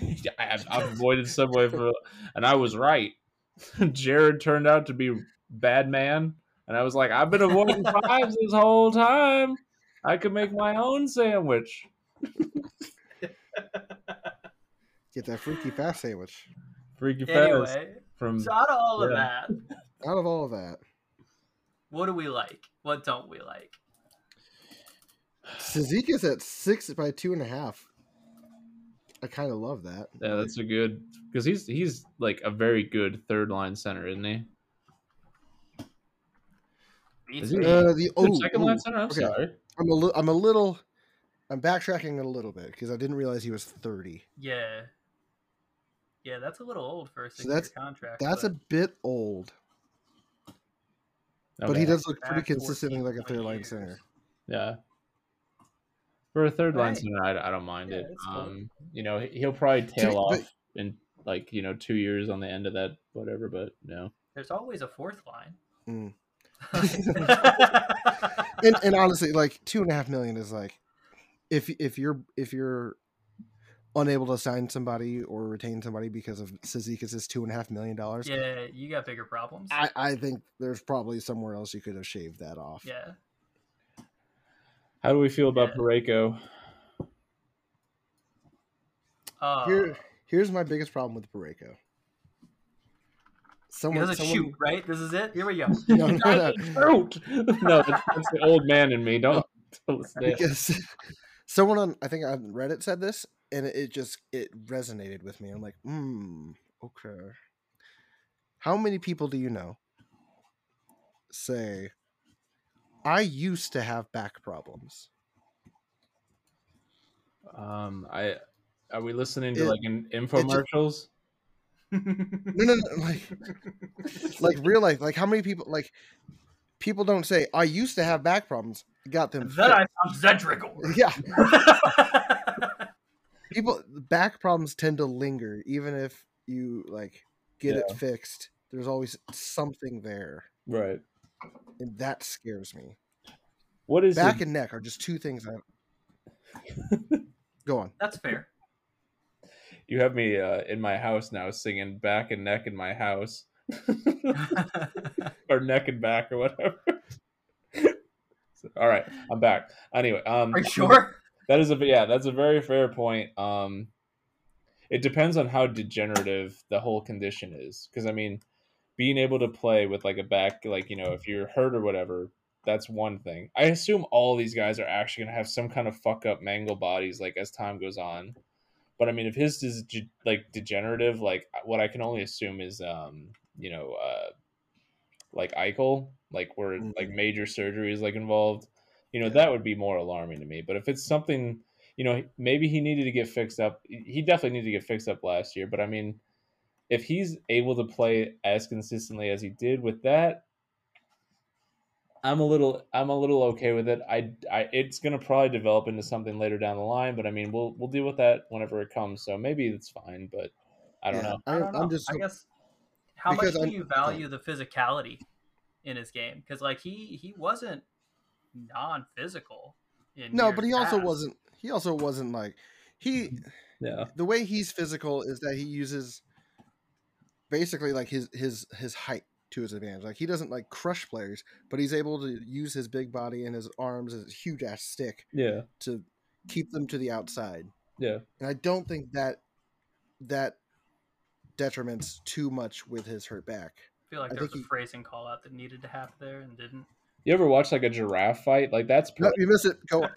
Yeah, I have, I've avoided Subway for, and I was right. [laughs] Jared turned out to be bad man, and I was like, I've been [laughs] avoiding fives this whole time. I could make my own sandwich.
Get that freaky fast sandwich.
Freaky fast
anyway,
from
so out of all of
Yeah.
that,
Out of all of that,
what do we like? What don't we like?
Sazika's at six by two and a half. I kind of love that.
yeah, that's a good because he's he's like a very good third line center, isn't he? Is he-
Uh, the
Good
oh,
second
oh,
line center. I'm
okay.
sorry.
I'm a little. I'm a little. I'm backtracking a little bit because I didn't realize he was thirty.
Yeah. Yeah, that's a little old for a six-year
that's-
contract.
That's a
but-
bit old, but he
Okay.
does look pretty
back 14
consistently like a
point
third line
years.
center.
Yeah. For a third line
Right.
center, I, I don't mind
Yeah,
it.
that's cool.
Um, you know, he- he'll probably tail
but-
off in like you know two years on the end of that whatever. But no,
There's always a fourth line.
Mm.
[laughs]
[laughs]
yeah,
And, and honestly, like two and a half million is like, if if you're if you're unable to sign somebody or retain somebody because of Sazika's two and a half million dollars,
you got bigger problems.
I, I think there's probably somewhere else you could have shaved that off.
yeah.
how do we feel about
Yeah.
Pareko?
Uh,
Here, here's my biggest problem with Pareko.
he
Someone,
doesn't
someone
shoot, right? This is it. Here we go.
[laughs] No, no,
I
[laughs]
no.
can shoot! [laughs] no, that's, that's the old man in me. Don't. [laughs] don't say it.
because [laughs] someone on I think on Reddit said this, and it just it resonated with me. I'm like, hmm, okay. How many people do you know say, I used to have back problems.
Um, I are we listening to
It-
like an infomercials?
No, no, no like like real life. Like how many people like people don't say I used to have back problems. Got them.
[laughs] then I
fixed."
found
[laughs]
Zedrigor. [laughs]
yeah, people back problems tend to linger even if you like get it fixed. There's always something there,
Right.
and that scares me.
What is
Back
the,
and neck are just two things.
[laughs]
I... Go on.
That's fair.
you have me uh, in my house now singing back and neck in my
[laughs]
house or neck and back or whatever. [laughs] So, all right, I'm back. Anyway, um
Are you sure?
that is a yeah, that's a very fair point. Um it depends on how degenerative the whole condition is because I mean being able to play with like a back like you know if you're hurt or whatever that's one thing. I assume all these guys are actually going to have some kind of fuck up mangle bodies like as time goes on. But I mean if his is de- like degenerative like uh, what I can only assume is um you know uh like Eichel like where
Mhm.
like major surgery is like involved. You know that would be more alarming to me. But if it's something you know, maybe he needed to get fixed up. He definitely needed to get fixed up last year. But I mean, if he's able to play as consistently as he did with that, I'm a little, I'm a little okay with it. I, I it's gonna probably develop into something later down the line. But I mean, we'll we'll deal with that whenever it comes. So maybe it's fine. But I don't
Yeah,
know.
I,
I don't know.
I'm just
I guess. How much
because
do
I'm-
you value the physicality in his game? Because like he he wasn't non-physical. In
no,
years
but he also
past.
wasn't. He also wasn't like he.
Yeah,
The way he's physical is that he uses basically like his his his height to his advantage. Like he doesn't like crush players, but he's able to use his big body and his arms as a huge ass stick
yeah,
to keep them to the outside.
yeah.
And I don't think that that detriments too much with his hurt back.
I feel like
I
there was
think
a
he-
phrasing call out that needed to happen there
[laughs]
and didn't.
You ever watch like a giraffe fight? Like that's
No,
pretty.
you miss it. [laughs]
[laughs]
Go.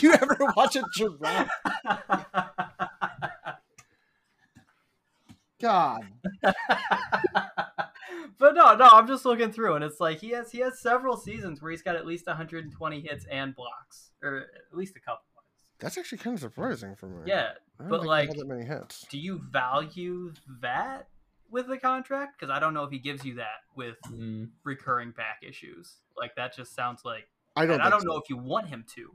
you ever watch a giraffe? God.
but no, no, I'm just looking through, and it's like he has he has several seasons where he's got at least 120 hits and blocks, or at least a couple. Blocks.
That's actually kind of surprising for me.
Yeah.
I don't
but,
think he
like-
had that many hits.
Do you value that with the contract? Because I don't know if he gives you that with
Mm,
recurring back issues. Like that just sounds like
I don't.
and I
think
don't
so.
know if you want him to.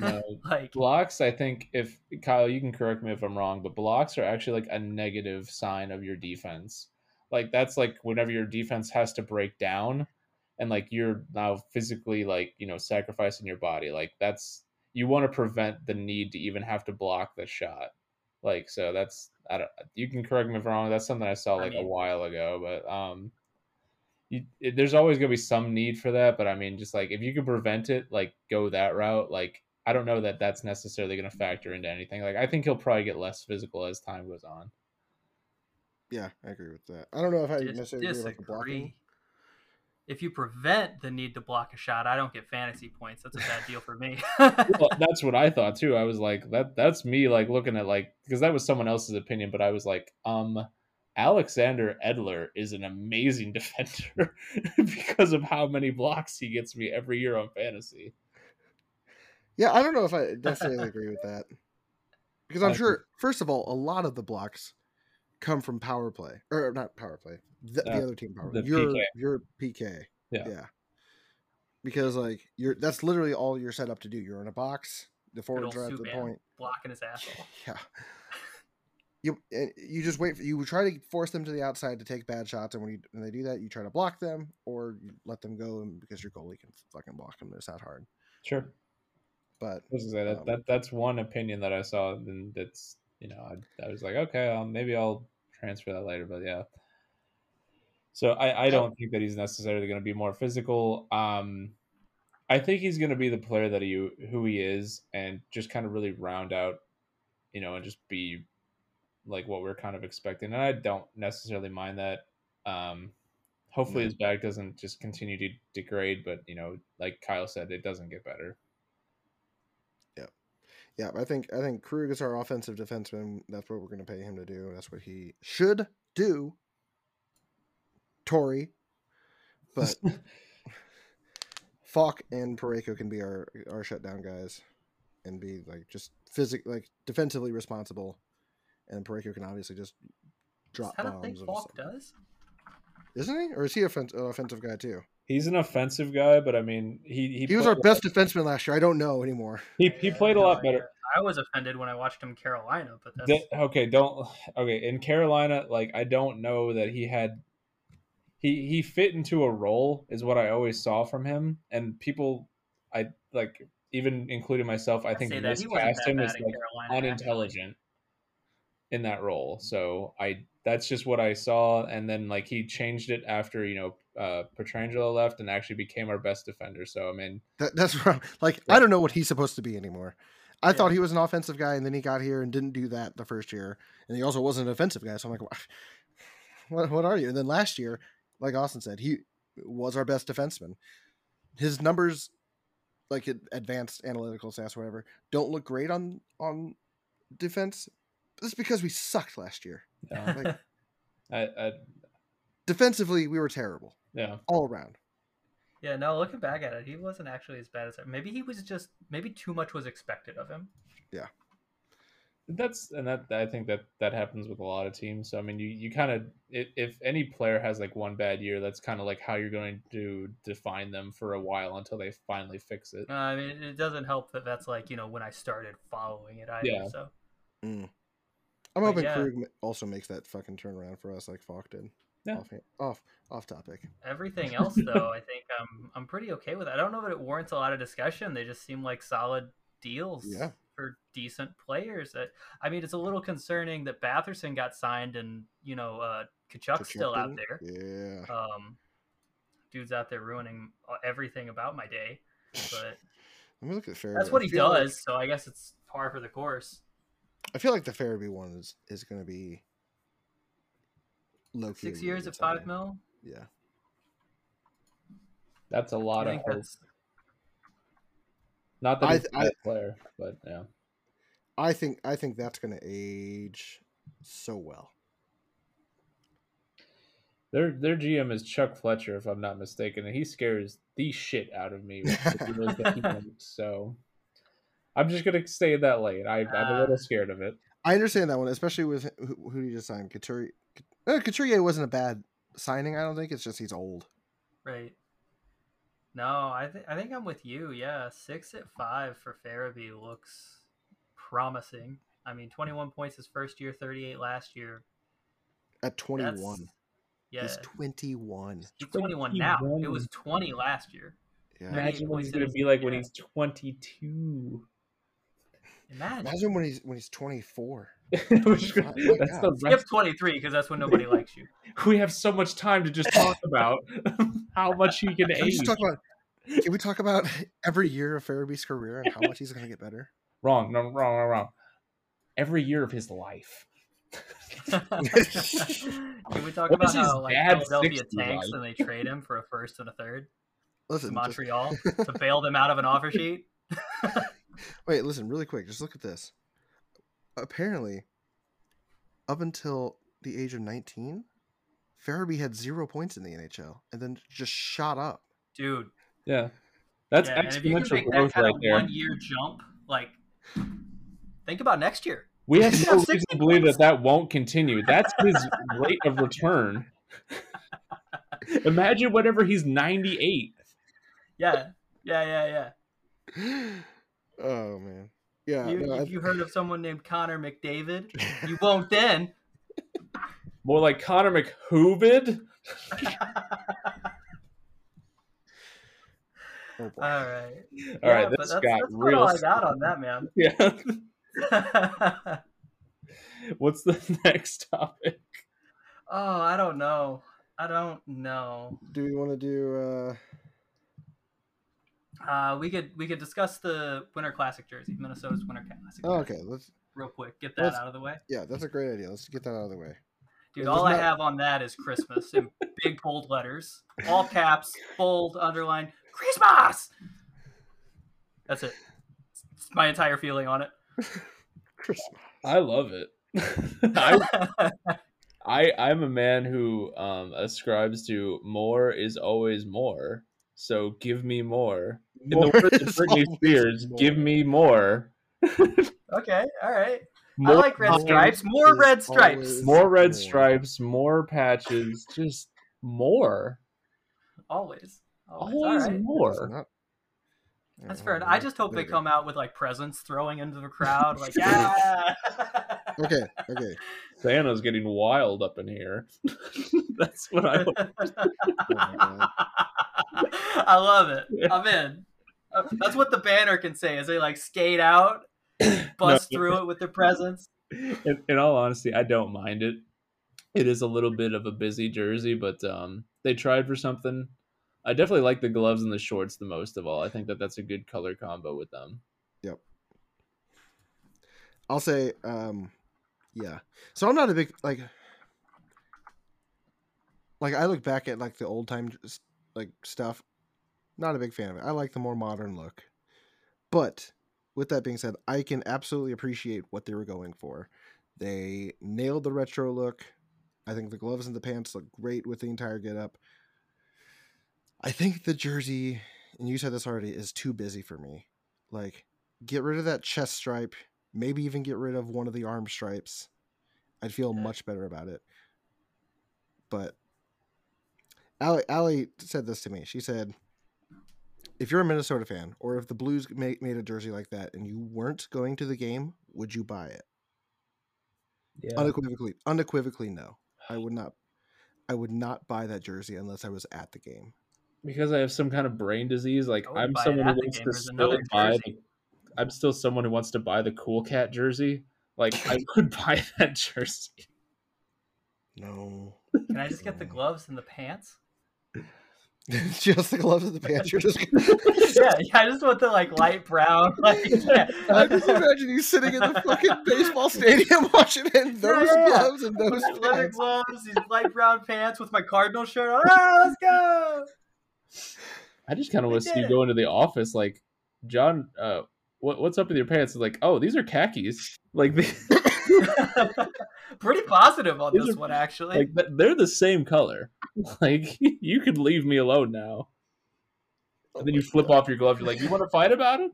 no.
Like
blocks i think if kyle you can correct me if i'm wrong but blocks are actually like a negative sign of your defense like that's like whenever your defense has to break down and like you're now physically like you know sacrificing your body like that's you want to prevent the need to even have to block the shot like so that's i don't you can correct me if i'm wrong that's something i saw
I
like a
mean-
while ago but um you, it, there's always going to be some need for that but i mean just like if you can prevent it like go that route like i don't know that that's necessarily
Mm-hmm.
going to factor into anything like i think he'll probably get less physical as time goes on
Yeah, I agree with that. I don't know if I
dis-
necessarily agree with the blocking.
disagree. If you prevent the need to block a shot, I don't get fantasy points. That's a bad deal for
[laughs]
me.
well, that's what i thought too i was like that that's me like looking at like because that was someone else's opinion but i was like um alexander edler is an amazing [laughs] defender because of how many blocks he gets me every year on fantasy
Yeah, I don't know if I
[laughs]
necessarily agree with that because I'm
I
sure. First of all, a lot of the blocks come from power play or not power play. The, the
Uh,
other team power.
the
play. Your
PK.
your PK.
Yeah.
Because like you're that's literally all you're set up to do. You're in a box. The forward
old
drive to the
Subban.
point.
Blocking his asshole.
[laughs] Yeah. You, eh, you just wait. For, you try to force them to the outside to take bad shots, and when, you, when they do that, you try to block them or you let them go, and because your goalie can fucking block them, it's not hard.
sure
But
I was gonna say that,
Um,
that that's one opinion that I saw, and that's you know I, I was like, okay, um, maybe I'll transfer that later, but yeah. So I, I don't think that he's necessarily going to be more physical. Um, I think he's going to be the player that he who he is, and just kind of really round out, you know, and just be like what we're kind of expecting. And I don't necessarily mind that. Um, hopefully
Yeah.
his back doesn't just continue to degrade, but you know, like Kyle said, it doesn't get better.
yeah, I think I think Krug is our offensive defenseman. That's what we're going to pay him to do. That's what he should
[laughs]
do. Tory, but Falk and Pareko can be our our shutdown guys, and be like just physic like defensively responsible, and Pareko can obviously just drop
I don't
bombs.
think
of-
Falk does.
Isn't he, or is he an offensive, offensive guy too?
He's an offensive guy, but I mean, he he,
He, was
played
our
a lot-
best defenseman last year. I don't know anymore.
He, he played a
No
lot
idea.
better.
I was offended when I watched him in Carolina, but that's
Th- okay, don't okay in Carolina. Like I don't know that he had he he fit into a role is what I always saw from him, and people I like even including myself. I
I'd
think
say that he wasn't
miscast
that
him
bad
as
in
like
Carolina. actually.
unintelligent in that role. So I that's just what I saw, and then like he changed it after you know uh, Petrangelo left and actually became our best defender. So I mean,
That, that's [laughs] where I'm, like I don't know what he's supposed to be anymore. I thought he was an offensive guy, and then he got here and didn't do that the first year, and he also wasn't an offensive guy. So I'm like, "Wha- [laughs] what? What are you? And then last year, like Austin said, he was our best defenseman. His numbers, like ad- advanced analytical stats, whatever, don't look great on on defense. That's because we sucked last year.
yeah,
[laughs] Like,
I, I,
defensively, we were terrible
yeah.
all around.
[laughs] Yeah, no, looking back at it, he wasn't actually as bad as maybe he was just maybe too much was expected of him.
That's and that I think that that happens with a lot of teams. So I mean, you you kind of if, if any player has like one bad year, that's kind of like how you're going to define them for a while until they finally fix it.
Uh, I mean, it doesn't help that that's like you know when I started following it either.
Yeah.
So
I'm
But
hoping
yeah.
Krug ma- also makes that fucking turnaround for us, like Falk did.
Yeah.
Off, off, off topic. [laughs]
everything else though, I think I'm I'm pretty okay with. It. I don't know that it warrants a lot of discussion. They just seem like solid deals
Yeah.
for decent players. That I mean, it's a little concerning that Batherson got signed and you know uh, Kachuk's still out
Kachuk
there.
did it? Yeah.
Um, dude's out there ruining everything about my day, [laughs] but.
Let me look at Farabee.
That's what he does, so I guess it's par for the course.
I feel like the Farabee one is, is going to be low
Six years at five mil.
Yeah.
That's a
I
lot of
think
hope.
that's
Not that
I-
he's a
I-
bad player, but yeah,
I think I think that's going to age so well.
their their GM is Chuck Fletcher, if I'm not mistaken, and he scares the shit out of me. with
[laughs]
the deals that he makes. so I'm just gonna stay that late. I, I'm a little
Ah.
scared of it.
I understand that one, especially with who, who he just signed. Couturier. Uh, Couturier wasn't a bad signing. I don't think it's just he's old.
right. No, I think I think I'm with you. Yeah, six at five for Farabee looks promising. I mean, 21 points his first year, 38 last year.
At
That's-
21,
Yeah,
he's
he's
21.
21 now. It
21.
was 20 last year.
Yeah.
Right.
Imagine what he's gonna
points in
be
his-
like when
yeah.
he's 22. [laughs]
Imagine.
Imagine when he's when he's 24.
We're just gonna-
Oh my
that's
God.
the
Skip
rest.
23 because that's when nobody
[laughs]
likes you. [laughs]
We have so much time to just talk about [laughs] how much he can
Can we,
age.
just talk about, can we talk about [laughs] every year of Farabee's career and how much he's going to get better?
Wrong, no, wrong, wrong, wrong. Every year of his life.
Can we talk
What is his
about how like
dad's
Philadelphia
60
tanks
like?
and they trade him for a first and a third to
[laughs]
Listen, just-
Montreal to bail them out of an offer sheet?
Wait, listen, really quick. Just look at this. Apparently, up until the age of 19, Farabee had zero points in the NHL and then just shot up. [gasps]
dude.
Yeah, that's
yeah, and if you can
exponential
make that
growth
kind
right
of
there.
one year jump, like think about next year.
We have no
You [laughs] have
reason
60
to believe
points.
that that won't continue. That's his rate of
[laughs]
return. Imagine whenever he's 98.
Yeah, yeah, yeah, yeah.
Oh, man. Yeah.
you,
no, I-
if you heard of someone named Connor McDavid? You won't then.
[laughs]
More like Connor McHoovid.
[laughs] oh, boy.
All right.
All right,
Yeah, but
this
that's,
got
that's about
real.
all I got on that, man.
[laughs]
[laughs]
yeah. What's the [laughs] next topic?
oh, I don't know. I don't know.
do we want to do. Uh...
Uh, we could we could discuss the Winter Classic jersey, Minnesota's Winter Classic.
Oh,
jersey,
okay. Let's.
Real quick, get that
Let's-
out of the way.
Yeah, that's a great idea. Let's get that out of the way.
Dude,
It
all
was
I
not-
have on that is Christmas in big bold letters, all caps, bold, underline, Christmas. That's it. It's my entire feeling on it.
Christmas.
I love it. [laughs] I I I'm a man who um ascribes to more is always more, So give me more.
[laughs] More
In the words of
is
Britney
always
Spears,
more.
give me more.
[laughs] Okay, all right.
More
I like red
more
stripes. More
is
red stripes.
always-
more red
More.
stripes, more patches, just more.
Always. Always. All
Always
right.
It's
more.
not-
That's
Yeah,
fair.
well,
I just hope they
maybe.
come out with like presents throwing into the crowd. Like,
[laughs]
[laughs] yeah.
Okay, okay.
Santa's getting wild up in here. [laughs] That's what I hope.
Oh my God.
I love it. I'm in. Uh, That's what the banner can say. Is they like skate
[clears throat]
out, bust
No.
through it with their presence.
In, in all honesty, I don't mind it. It is a little bit of a busy jersey, but um, they tried for something. I definitely like the gloves and the shorts the most of all. I think that that's a good color combo with them.
I'll say, um, yeah. So I'm not a big like, like I look back at like the old time s- like stuff. Not a big fan of it. I like the more modern look. But with that being said, I can absolutely appreciate what they were going for. They nailed the retro look. I think the gloves and the pants look great with the entire getup. I think the jersey, and you said this already, is too busy for me. Like, get rid of that chest stripe maybe even get rid of one of the arm stripes. I'd feel
Yeah.
much better about it. But Allie, Allie said this to me. She said, if you're a Minnesota fan or if the Blues ma- made a jersey like that and you weren't going to the game, would you buy it?
Yeah.
Unequivocally, unequivocally, no. I would not. I would not buy that jersey unless I was at the game.
because I have some kind of brain disease, like
I would
I'm
buy it
someone
at
who
the
wants
game.
to
There's
still
another
buy. The,
jersey.
I'm still someone who wants to buy the cool cat jersey. Like [laughs] I could buy that jersey.
No.
Can I just get the gloves and the pants?
[laughs]
[laughs]
just the gloves and the pants. You're just.
yeah, yeah, I just want the like light brown.
[laughs]
[laughs] Like, yeah.
I just imagine you sitting in the
[laughs]
fucking baseball stadium [laughs] watching it in those
Yeah.
gloves and those
[laughs] leather
pants.
gloves, these light brown pants with my cardinal shirt. All right, let's
[laughs]
go.
I just kind of
We
want to see
did
you
it.
go into the office, like John. Uh, what, what's up with your pants? It's like, oh, these are khakis. Like, [laughs] they,
Pretty positive on
These
this
are-
one, actually.
like th- they're the same color. [laughs] Like, you could leave me alone now. And then you flip off your glove. You're like, you want to fight about it?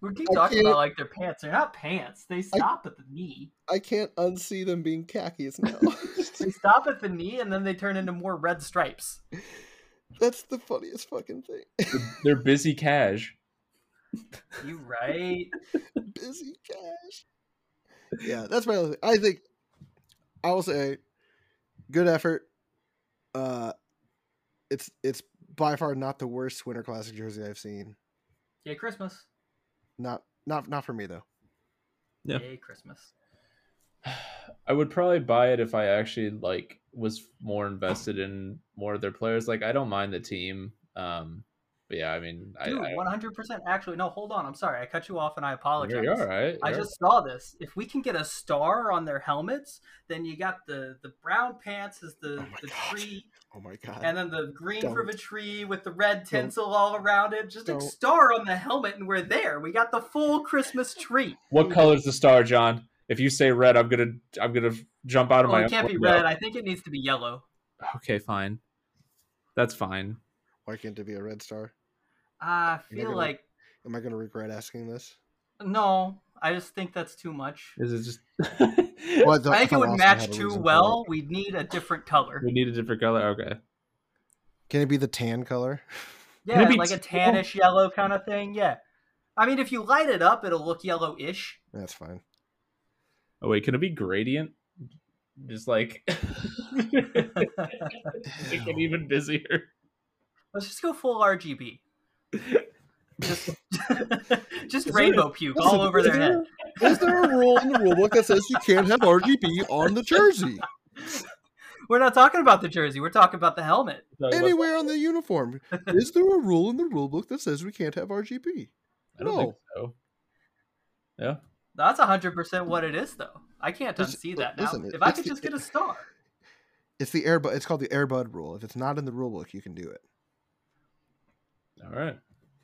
we keep
I
talking
can't-
about like their pants. They're not pants. They stop at the knee.
I can't unsee them being khakis now.
They stop at the knee, and then they turn into more red stripes.
[laughs] That's the funniest fucking thing. [laughs]
They're busy cash. [sighs]
You right?
Busy cash. Yeah, that's my. Other thing. I think I will say, good effort. Uh, it's it's by far not the worst Winter Classic jersey I've seen.
[laughs] Yay, Christmas!
Not not not for me though.
Yeah.
Yay, Christmas!
I would probably buy it if I actually like was more invested in more of their players. Like I don't mind the team. Um but yeah, I mean I,
Dude,
I
one hundred percent. Actually, no, hold on. I'm sorry, I cut you off, and I apologize.
you're, you're all right.
I
You're-
just saw this. If we can get a star on their helmets, then you got the the brown pants as the,
Oh my
the
God.
tree,
Oh my god.
and then the green
Don't.
from a tree with the red
Don't.
tinsel all around it. Just
Don't.
a star on the helmet, and we're there. We got the full Christmas tree.
What color's the star, John? If you say red, I'm gonna I'm gonna jump out of
Oh,
my
it can't be
window.
red. I think it needs to be yellow.
Okay, fine. That's fine.
Why can't it be a red star?
I
You're
feel
gonna-
like
Am I gonna regret asking this?
no. I just think that's too much.
Is [laughs] it just
Well, thought-
I think
thought
it would
Austin
match
had a
too
reason for
well.
it.
We'd need a different color.
we need a different color? Okay.
Can it be the tan color?
Yeah,
Maybe
like a
it's-
tannish yellow kind of thing. Yeah. I mean, if you light it up, it'll look yellowish.
That's fine.
Oh wait, can it be gradient? Just like [laughs] make it even busier. [laughs]
Let's just go full RGB.
[laughs]
Just, [laughs] just
there-
rainbow puke all over their head.
Is there a rule in the rule book that says you can't have RGB on the
[laughs]
jersey?
[laughs] We're not talking about the jersey. We're talking about the helmet.
Anywhere on the uniform. Is there a rule in the rule book that says we can't have RGB?
I don't
No.
think so. Yeah.
That's 100% what it is, though. I can't
It's-
unsee that now.
listen,
If I
it's
could
the- [laughs]
just get a star.
It's the airbud it's called the airbud rule. If it's not in the rule book, you can do it.
All right.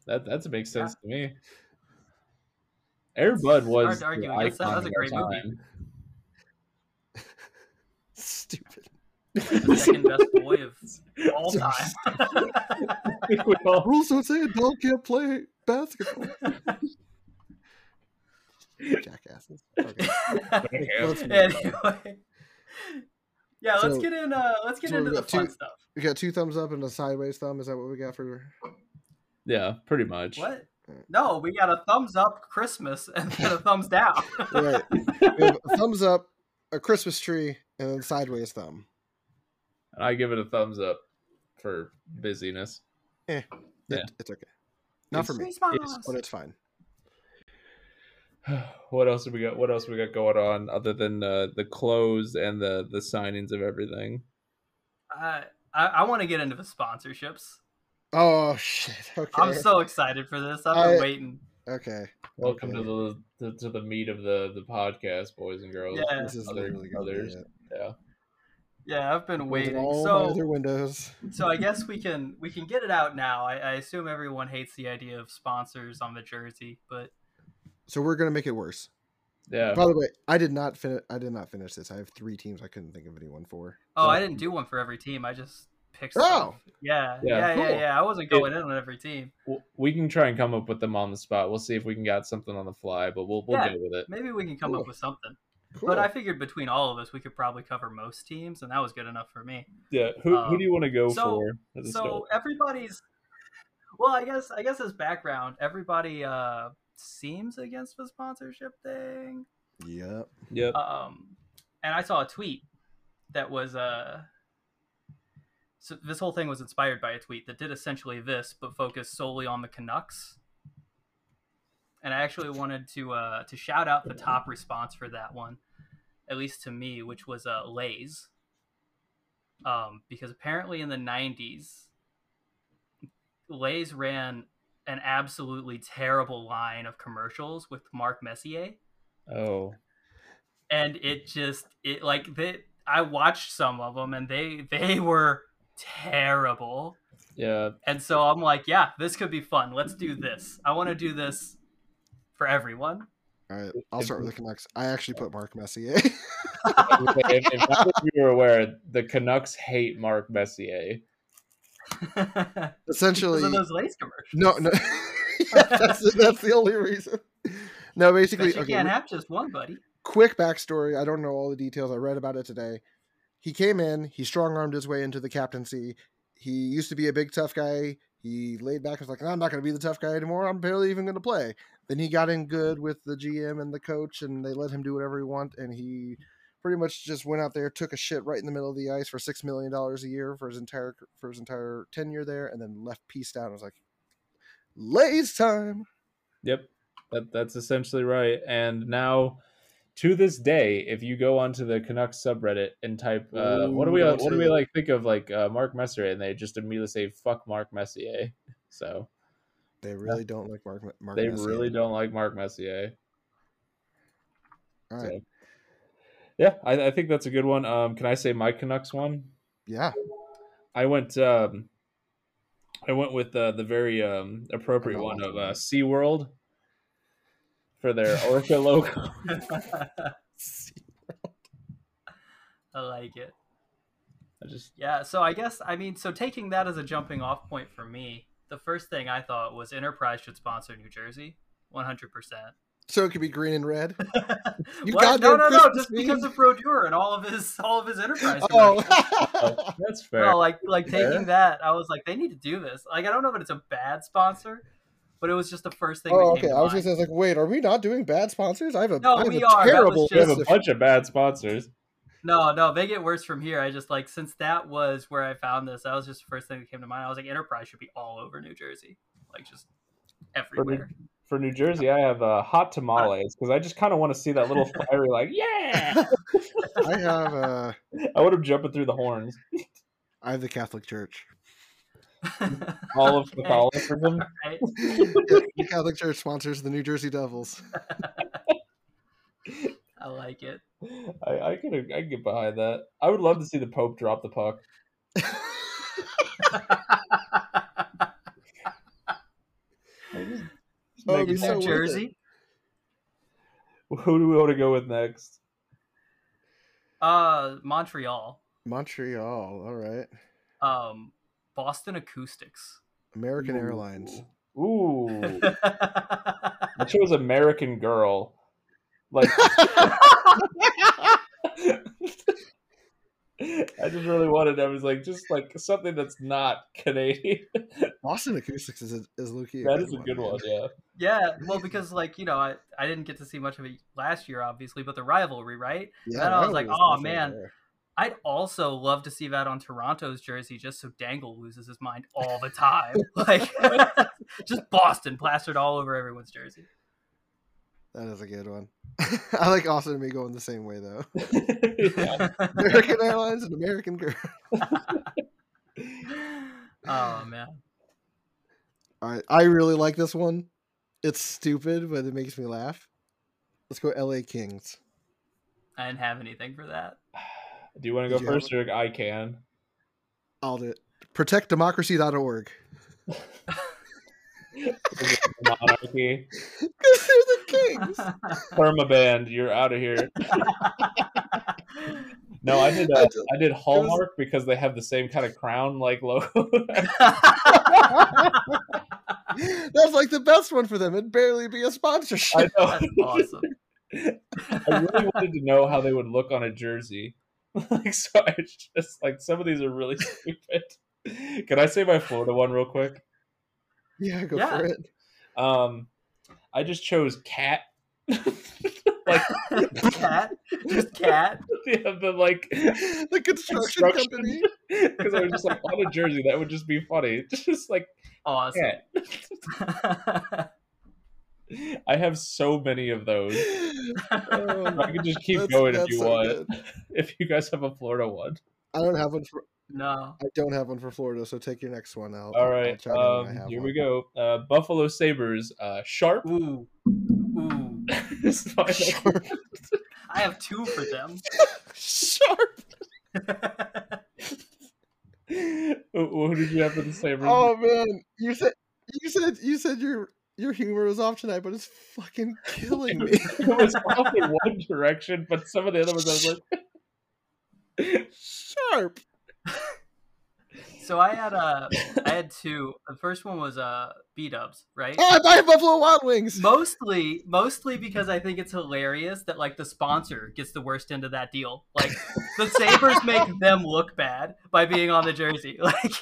That that makes
Yeah.
sense to me. Air Bud was
hard to argue
the
against that.
icon
That was a
of our
great movie.
time.
Stupid. [laughs]
[laughs]
The second best boy of all
So
time.
think [laughs] we all,
Rules don't say a dog can't play
[laughs]
basketball. Jackasses. Okay.
[laughs]
[laughs]
Let's move on.
anyway. Yeah, let's
So-
get in. Uh, let's get
so
into
we
the
got
fun
two-
stuff.
We got two thumbs up and a sideways thumb. Is that what we got for?
yeah, pretty much.
What?
uh,
No, we got a thumbs up Christmas [laughs] and then a thumbs down.
Right. We have a thumbs up, a Christmas tree, and then sideways thumb.
And I give it a thumbs up for busyness. [sighs]
It,
Yeah.
It's okay. Not [laughs] for me,
Christmas.
but it's fine.
what else have we got? What else we got going on other than uh, the close and the the signings of everything?
Uh, I, I want to get into the sponsorships.
Oh shit. [laughs] Okay.
I'm so excited for this. I've been
I-
waiting.
okay.
Welcome
Okay.
to the, the to the meat of the the podcast, boys and girls.
Yeah.
This is
Other-
literally gonna
others.
be it.
Yeah, I've been
With
waiting.
all my
So,
other windows.
so I guess we can we can get it out now. I, I assume everyone hates the idea of sponsors on the jersey, but
So we're gonna make it worse.
Yeah.
By the way, I did not finish. I did not finish this. I have three teams. I couldn't think of anyone for.
oh, I
So-
didn't do one for every team. I just picked.
Oh!
stuff. yeah,
Yeah,
yeah, yeah,
cool.
yeah, I wasn't
Yeah.
going in on every team.
W- we can try and come up with them on the spot. We'll see if we can get something on the fly, but we'll we'll
Yeah.
go with it.
Maybe we can come
Cool.
up with something.
Cool.
But I figured between all of us, we could probably cover most teams, and that was good enough for me.
Yeah. Who who
Um,
do you want to go
so-
for? at the start?
So everybody's. Well, I guess I guess as background, everybody uh, seems against the sponsorship thing.
yep.
Yep.
Um, and I saw a tweet that was uh, so this whole thing was inspired by a tweet that did essentially this, but focused solely on the Canucks. And I actually wanted to uh, to shout out the top response for that one, at least to me, which was uh, Lay's, um, because apparently in the '90s, Lay's ran an absolutely terrible line of commercials with Mark Messier
oh.
and it just it like they I watched some of them and they they were terrible. [laughs]
Yeah.
And so I'm like, yeah, this could be fun. Let's do this. I want to do this for everyone. [laughs]
All right. I'll start with the Canucks. I actually put Mark Messier. [laughs]
if, if not that you were aware, the Canucks hate Mark Messier.
Because
Essentially.
of those lace commercials.
No.
[laughs]
No. [laughs] Yeah, that's that's the only reason. No,
But
basically.
you
okay.
can't
we-
have just one, buddy.
quick backstory. I don't know all the details. I read about it today. He came in, he strong armed his way into the captaincy. He used to be a big tough guy. He laid back and was like, I'm not going to be the tough guy anymore. I'm barely even going to play. Then he got in good with the GM and the coach, and they let him do whatever he want. And he pretty much just went out there, took a shit right in the middle of the ice for six million dollars a year for his entire for his entire tenure there, and then left peace out. I was like, Lay's time.
Yep. That that's essentially right. And now to this day, if you go onto the Canucks subreddit and type uh, what do we
Ooh,
what do we
gotcha.
like think of like uh, Mark Messier and they just immediately say fuck Mark Messier. So
They really don't like Mark. Mark
they
Messier.
really don't like Mark Messier.
All
So.
right.
Yeah, I, I think that's a good one. Um, can I say my Canucks one?
Yeah.
I went um, I went with uh, the very um, appropriate
I know
one
what
of
you
uh,
mean.
SeaWorld
[laughs]
for their Orca logo.
I like it.
I just
Yeah, so I guess I mean, so taking that as a jumping off point for me, the first thing I thought was Enterprise should sponsor New Jersey, one hundred percent.
So it could be green and red. [laughs] You
What?
goddamn
No, no, no!
Christmas
Just
tree.
because of Brodeur and all of his all of his Enterprise.
Oh,
[laughs] commercials.
oh, that's fair.
no, like like
Fair.
taking that, I was like, they need to do this. Like, I don't know if it's a bad sponsor, but it was just the first thing.
Oh,
that came
okay.
to
I was
mind.
just I was like, wait, are we not doing bad sponsors? I have a,
No,
I have
we
a
are. That was
terrible
we have
list
a
of-
[laughs]
bunch of bad sponsors.
No, no, they get worse from here. I just like since that was where I found this, that was just the first thing that came to mind. I was like, Enterprise should be all over New Jersey, like just everywhere.
For New Jersey, I have uh, hot tamales because I just kind of want to see that
[laughs]
little fiery, like, yeah!
[laughs]
I have uh,
I would have jumping through the horns.
I have the Catholic Church.
[laughs]
[laughs]
All of
Okay.
Catholicism.
Right?
the Catholic Church sponsors the New Jersey Devils.
[laughs]
[laughs]
I like it.
I, I could I could get behind that. I would love to see the Pope drop the puck.
Oh,
Like,
you
In
so
New
with it.
Jersey.
who do we want to go with next?
Uh Montreal.
Montreal. All right.
Um Boston Acoustics.
American
[laughs]
Airlines.
Ooh, I chose American Girl. Like, I just really wanted. I was like, just like something that's not Canadian.
Boston Acoustics is a, is low key.
that is a good one. Yeah.
[laughs] yeah, well, because like you know, I, I didn't get to see much of it last year, obviously, but the rivalry, right?
Yeah,
Then I was like,
Rivalry
"Aw,
definitely
man."
there.
I'd also love to see that on Toronto's jersey, just so Dangle loses his mind all the time. [laughs] like, just Boston plastered all over everyone's jersey.
That is a good one. [laughs] I like Austin and me going the same way though. [laughs]
yeah.
American Airlines and American Girl.
[laughs] oh man.
All right, I really like this one. It's stupid, but it makes me laugh. Let's go L.A. Kings.
I didn't have anything for that.
Do you want to
Did
go
you have
first, or I can?
I'll do it. ProtectDemocracy.org.
Monarchy,
[laughs] Because they're the Kings.
permaband, you're out of here. [laughs] No, I did.
I
Uh,
just-
I did Hallmark because they have the same kind of crown like logo. [laughs]
That's like the best one for them. It'd barely be a sponsorship.
I know. [laughs]
[laughs] That's awesome. [laughs]
I really wanted to know how they would look on a jersey. [laughs] like so, I just like some of these are really [laughs] stupid. Can I say my Florida one real quick?
[laughs] yeah, go
Yeah.
for it. [laughs]
Um, I just chose cat. [laughs] like
cat, just cat.
yeah, the like
The construction,
Construction. [laughs]
company.
because I was just like on a jersey that would just be funny. [laughs] Just like
Awesome.
cat. I have so many of those. I could just keep
That's-
going if
that's
you
so
want.
good.
If you guys have a Florida one,
I don't have one for
[laughs] no.
I don't have one for Florida, so take your next one out.
all right. Um, here we go. Uh, Buffalo Sabers, uh, sharp. [laughs]
Ooh. Ooh.
It's
[laughs]
fine.
Sharp.
[laughs]
I have two for them.
Sharp.
[laughs]
Who who did you have for the Sabers?
Oh man, you said you said you said your your humor was off tonight, but it's fucking killing
[laughs]
me.
[laughs]
[laughs]
it was off in one direction, but some of the other ones I was like,
Sharp.
so I had uh, I had two. The first one was uh, B Dubs, right?
Oh, I buy Buffalo Wild Wings.
mostly mostly because i think it's hilarious that like the sponsor gets the worst end of that deal like the sabres
[laughs]
make them look bad by being on the jersey [laughs] like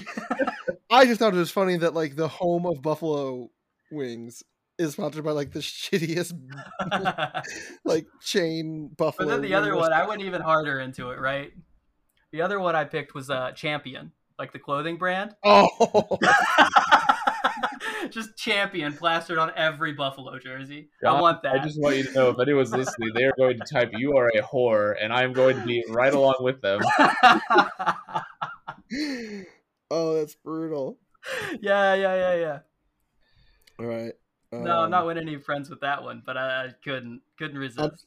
I just thought it was funny that like the home of Buffalo Wings is sponsored by like the shittiest [laughs]
but
like chain Buffalo.
then the other
wing
one i went even harder into it right the other one i picked was uh champion like the clothing
[laughs]
brand
restaurant. [laughs] Oh,
just champion plastered on every buffalo jersey i
John,
want that
I just want you to know if anyone's listening, they are going to type, You are a whore, and I'm going to be right along with them. [laughs]
[laughs] oh, that's brutal.
yeah yeah yeah yeah
All right.
No, I'm
um,
not winning any friends with that one, but I, I couldn't couldn't resist.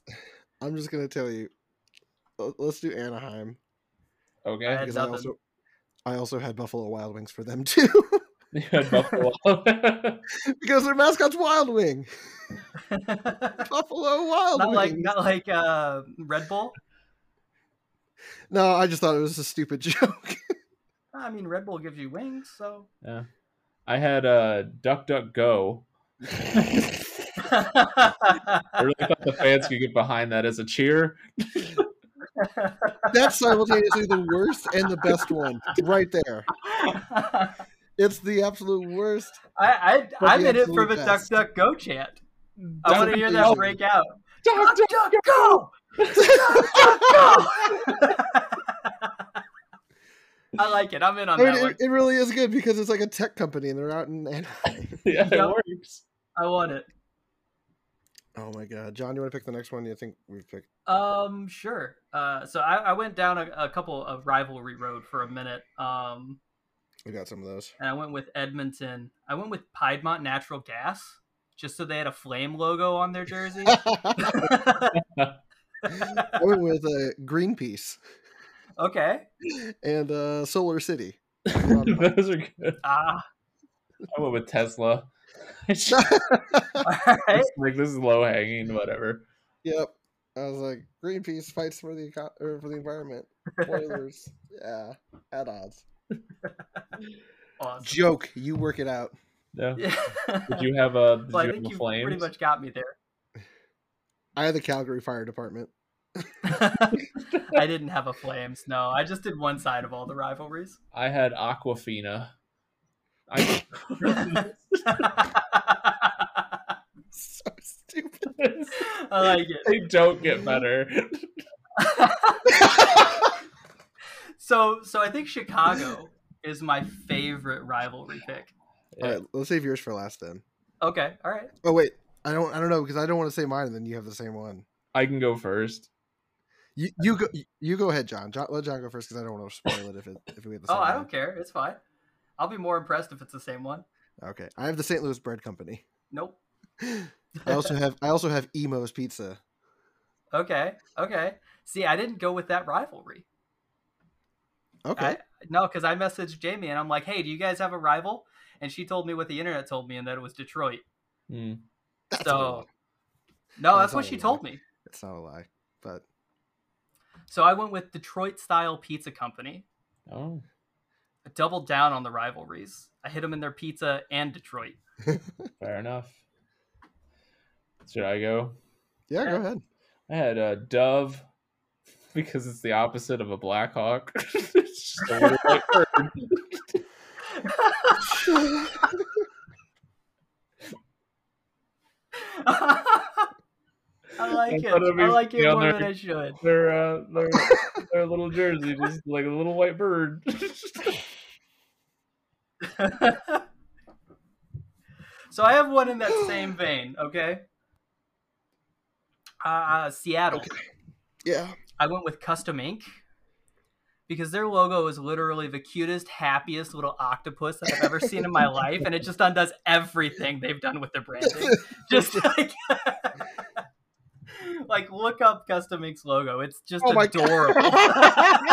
I'm just gonna tell you. L- Let's do Anaheim
Okay?
Had
because I
nothing.
also I also had Buffalo Wild Wings for them [laughs] too
[laughs] You had Buffalo.
because their mascot's Wild Wing,
[laughs]
Buffalo Wild
not
Wing.
like not like uh, Red Bull.
No, I just thought it was a stupid [laughs] joke.
I mean, Red Bull gives you wings, so.
[laughs]
[laughs]
I had uh, Duck Duck Go. I really thought the fans could get behind that as a cheer. [laughs]
That's simultaneously the worst and the best one right there.
I
It's the absolute worst.
I
For
I'm
the
in it for
absolute
the Duck
best.
Duck Go chant. I want to hear
amazing.
that break out.
Duck
Duck
Duck
Duck Go. Duck Duck Go. [laughs] I like it. I'm in on
I mean,
that
it,
one.
it really is good because it's like a tech company and [laughs] they're out in Anaheim.
Yeah, it
Yep.
works. [laughs]
I want it.
Oh my god, John, you want to pick the next one? You think we've picked?
Um, sure. Uh, so I, I went down a, a couple of rivalry road for a minute. Um,
We got some of
[laughs]
those.
and I went with Edmonton. I went with Piedmont Natural Gas, just so they had a flame logo on
[laughs]
their jersey. [laughs]
I went with uh, Greenpeace
okay.
and uh, Solar City. Um,
[laughs]
Those are good.
Ah,
I went with Tesla. [laughs] It's
all right.
just like this is low hanging, whatever.
Yep. I was like, Greenpeace fights for the eco-
[laughs]
or for the environment. Spoilers. yeah. At odds.
Awesome.
Joke. You work it out.
Yeah.
Yeah.
Did you have a? Did
[laughs] well, I
you have
think
a
you
flames?
pretty much got me
I have the Calgary Fire Department. [laughs]
there. [laughs] I didn't have a flames. No, I just did one side of all
[laughs]
the rivalries. [laughs]
I had Aquafina. I [laughs]
I
So stupid.
[laughs] like
they don't get better.
it. so, so I think Chicago is my favorite rivalry pick.
All right, let's save yours for last then.
Okay, all right.
Oh wait, I don't. I don't know because I don't want to say mine, and then you have the same one.
I can go first.
You you go you go ahead, John. John let John go first because I don't want to spoil it if it if we have the same.
[laughs] Oh, I
one.
don't care. It's fine. I'll be more impressed if it's the same one.
Okay, I have the St. Louis Bread
[laughs]
Company.
Nope.
I also have I also have Emo's Pizza.
Okay, okay. See, I didn't go with that rivalry.
Okay,
I- no, because I messaged Jamie and I'm like, hey, do you guys have a rival? And she told me what the internet told me and that it was Detroit.
Hmm.
that's not a
so,
lie.
no,
That's
that's what
not
she
a
told
lie.
me.
it's not a lie, but
So I went with Detroit Style Pizza Company.
Oh,
I doubled down on the rivalries. I hit them in their pizza and Detroit.
fair enough. Should I go?
yeah, go
Yeah.
ahead.
I had a dove because it's the opposite of a black hawk. It's [laughs] just a little white bird.
[laughs] I like
I
it.
thought it'd be
I like it
funny on
more
there.
than I should.
their, uh, their their little jersey just like a little white bird. [laughs]
[laughs] so I have one in that same vein, okay? Uh, uh, Seattle.
Okay. Yeah,
I went with Custom Ink because their logo is literally the cutest, happiest little octopus that I've ever seen in my life, and it just undoes everything they've done with their
[laughs]
branding. Just like, [laughs] like look up Custom Ink's logo; it's just
Oh my [laughs]
adorable.
God.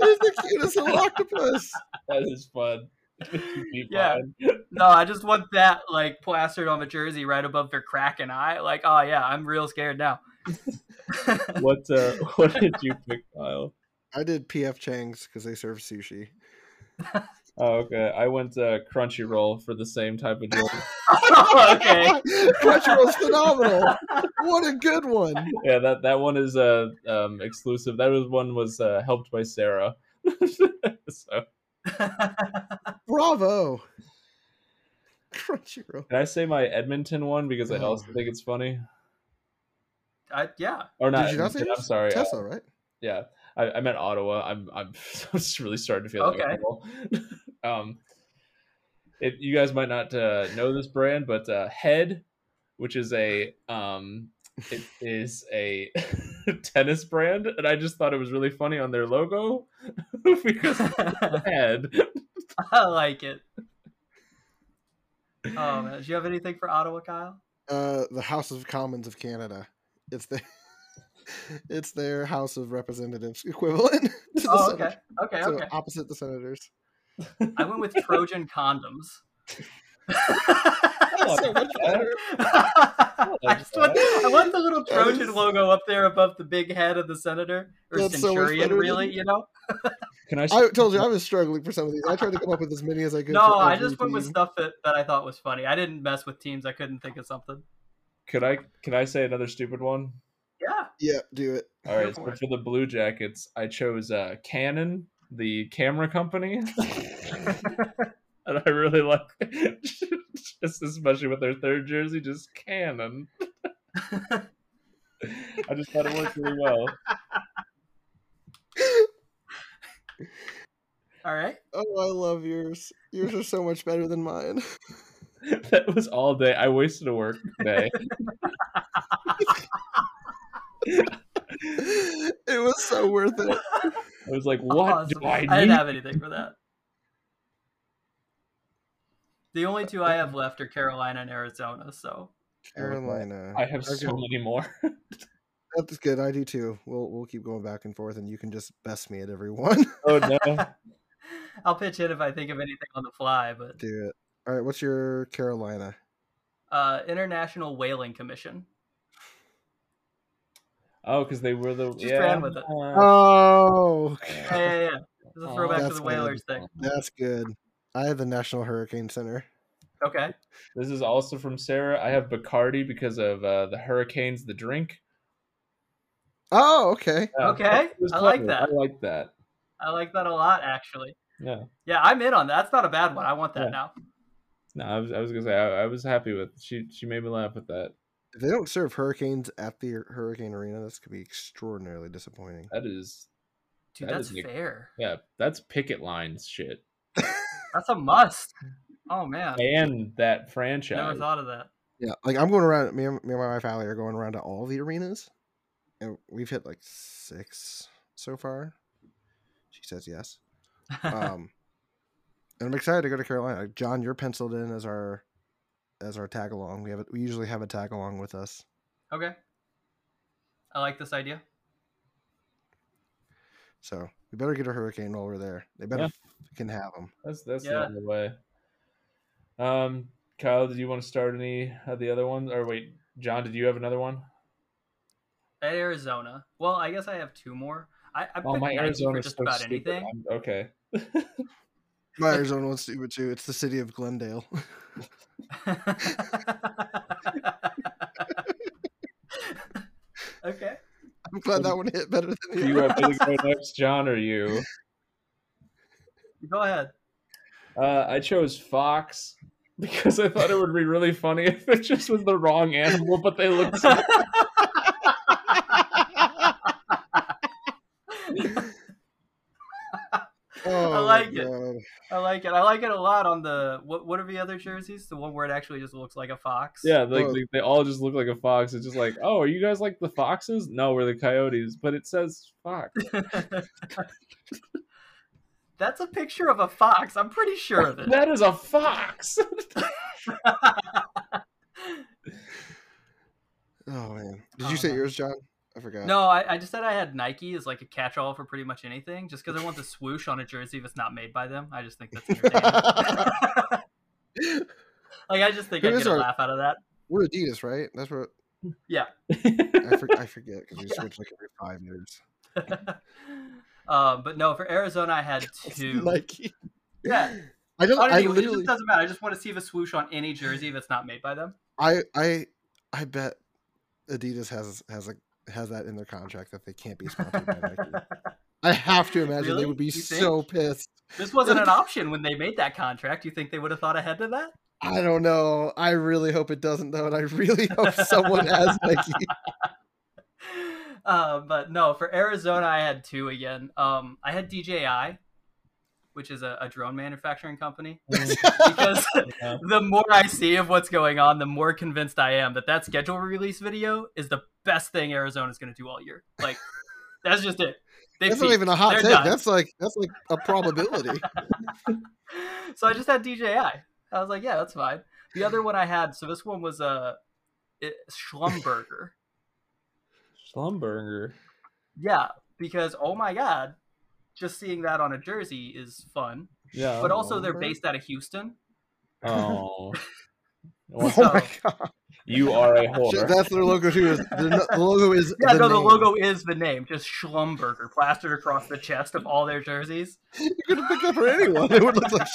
it's the cutest little octopus.
that is fun. [laughs] Be
Yeah.
fun.
no, I just want that like plastered on the jersey right above their Kraken eye. Like, oh yeah, I'm real scared now. [laughs]
What uh, what did you pick, Kyle?
I did PF Chang's because they serve sushi.
Oh, okay. I went uh, Crunchyroll for the same type of jersey.
[laughs]
[laughs]
okay.
Crunchyroll's phenomenal. What a good one.
yeah, that that one is uh, um, exclusive. That was one was uh, helped by Sarah. [laughs] so
Bravo. Crunchyroll.
can I say my Edmonton one because I also think it's funny?
I, yeah, [laughs]
Or not?
Did you not say
Edmonton, I'm
yours?
sorry. I-
Tesla, right?
yeah, I, I meant Ottawa. I'm I'm [laughs] just really starting to feel
Okay.
like Ottawa. [laughs] um, it, you guys might not uh, know this brand, but uh, Head, which is a um, it is a [laughs] tennis brand, and I just thought it was really funny on their logo [laughs] because
[laughs]
I
Head.
like it. Oh man, do you have anything for Ottawa,
[laughs]
Kyle?
Uh, the House of Commons of Canada. It's the [laughs] it's their House of Representatives equivalent. [laughs] To the
Oh,
Senate.
okay, okay,
So
okay.
opposite the senators.
I went with Trojan condoms.
[laughs]
Oh,
So much better.
[laughs] I just want, I want the little
That
Trojan
is-
logo up there above the big head of the senator or
That's so much
centurion,
better than-
really. You know?
Can I?
I told you I was struggling for some of these. I tried to come up with as many as I could.
No,
for
I
every
just went with
team.
stuff that, that I thought was funny. I didn't mess with teams. I couldn't think of something.
Could I? Can I say another stupid one?
Yeah.
Yeah, do it.
All right.
Go
So
for it.
for the Blue Jackets, I chose uh, Canon, the camera
[laughs]
company, [laughs] and I really like [laughs] just especially with their third jersey, just Canon. [laughs] I just thought it worked really well.
All right.
Oh, I love yours. Yours are so much better than mine. [laughs]
That was all day. I wasted a work day.
it was so worth it.
I was like, what
Awesome.
do I need?
didn't have anything for that. The only two I have left are Carolina and Arizona. So
Carolina.
I have
I've
so
got-
many more. [laughs]
That's good. I do too. We'll we'll keep going back and forth, and you can just best me at every [laughs] one.
oh no.
I'll pitch in if I think of anything on the fly. But
do it. All right. What's your Carolina?
uh, International Whaling Commission.
Oh, because they were the
Just
yeah.
ran with it.
uh,
Oh,
Yeah, yeah, yeah. It's a
[laughs] Oh,
throwback to
that's
the Whalers
good.
thing.
that's good. I have the National Hurricane Center.
Okay.
This is also from Sarah. I have Bacardi because of uh, the hurricanes, the drink.
Oh, okay.
Yeah,
Okay,
that was
I like
clever.
that.
I like that.
I like that a lot, actually.
Yeah.
Yeah, I'm in on that. That's not a bad one. I want that
Yeah.
now.
No, I was, I was gonna say I, I was happy with she. She made me laugh with that.
If they don't serve hurricanes at the Hurricane Arena, this could be extraordinarily disappointing. [laughs]
That is
Dude,
That
that's
is a-
fair.
yeah. That's picket lines shit,
That's a must. Oh man,
and that
never
franchise.
thought of that.
Yeah, like I'm going around. Me and, me and my wife Allie are going around to all the arenas, and we've hit like six so far. She says yes. um, and I'm excited to go to Carolina. Like, John, you're penciled in as our as our tag along. We have a, we usually have a tag along with us.
[laughs] okay. I like this idea.
So we better get a hurricane while we're there. They better
Yeah.
can have them.
That's that's the
Yeah.
only way. Um, Kyle, did you want to start any of the other ones? Or wait, John, did you have another one?
At Arizona. Well, I guess I have two more. I, I
Oh,
picked
my
Nike
Arizona
for
is
just
so
about
stupid.
anything.
I'm- okay.
My Arizona one's stupid too. It's the city of Glendale.
[laughs]
[laughs]
okay.
I'm glad that one hit better than
Do
the
you
other.
want me to go next, John, or you?
Go ahead.
Uh, I chose fox [laughs] because I thought it would be really funny [laughs] if it just was the wrong animal, but
[laughs]
they looked. So-
Oh,
I like it.
God.
I like it. I like it a lot on the what what are the other jerseys? The one where it actually just looks like a fox.
yeah, like
Oh.
they, they all just look like a fox. It's just like, oh, are you guys like the foxes? No, we're the coyotes, but it says fox.
[laughs] That's a picture of a fox. I'm pretty sure of it.
That is a fox. [laughs]
Oh man, did
Oh,
you say
man.
yours, John? I forgot.
No, I, I just said I had Nike as like a catch-all for pretty much anything, just because I want the swoosh on a jersey if it's not made by them. I just think that's
[laughs]
entertaining. like I just think
Who
I
is
get a
our-
laugh out of that.
We're Adidas, right? That's
[laughs]
what I, for, I forget because we switch like every five years.
[laughs] um, but no, for Arizona, I had two.
Nike.
Yeah.
I don't. I
Honestly, it
literally.
just doesn't matter. I just want to see the swoosh on any jersey if it's not made by them.
I I I bet Adidas has has a has that in their contract that they can't be sponsored by Nike.
[laughs]
I have to imagine
Really?
they would be
You think?
so pissed. [laughs]
this wasn't an option when they made that contract. You think they would have thought ahead to that? [laughs]
I don't know. I really hope it doesn't though, and I
[laughs]
really hope someone has Nike.
Uh, but no, for Arizona, I had two again. Um, I had DJI, which is a, a drone manufacturing company,
[laughs]
because [laughs] the more I see of what's going on, the more convinced I am that that schedule release video is the best thing Arizona's going to do all year. Like, that's just it. They
That's not
peaked.
even a hot
They're
take.
done.
That's like that's like a probability.
[laughs] so I just had DJI. I was like, yeah, that's fine. The other one I had, so this one was uh, it,
[laughs]
Schlumberger.
Schlumberger.
yeah, because oh my god, just seeing that on a jersey is fun.
Yeah.
But also, they're
Schlumberger?
based out of Houston.
Oh. Well,
Oh
So-
my god!
you are
[laughs]
a
Shit,
whore.
that's their logo too. Is their, no- the logo is
[laughs] Yeah, no, the
name.
logo is the name, just Schlumberger, plastered across the chest of all their jerseys.
You could pick up for anyone. [laughs] It would look like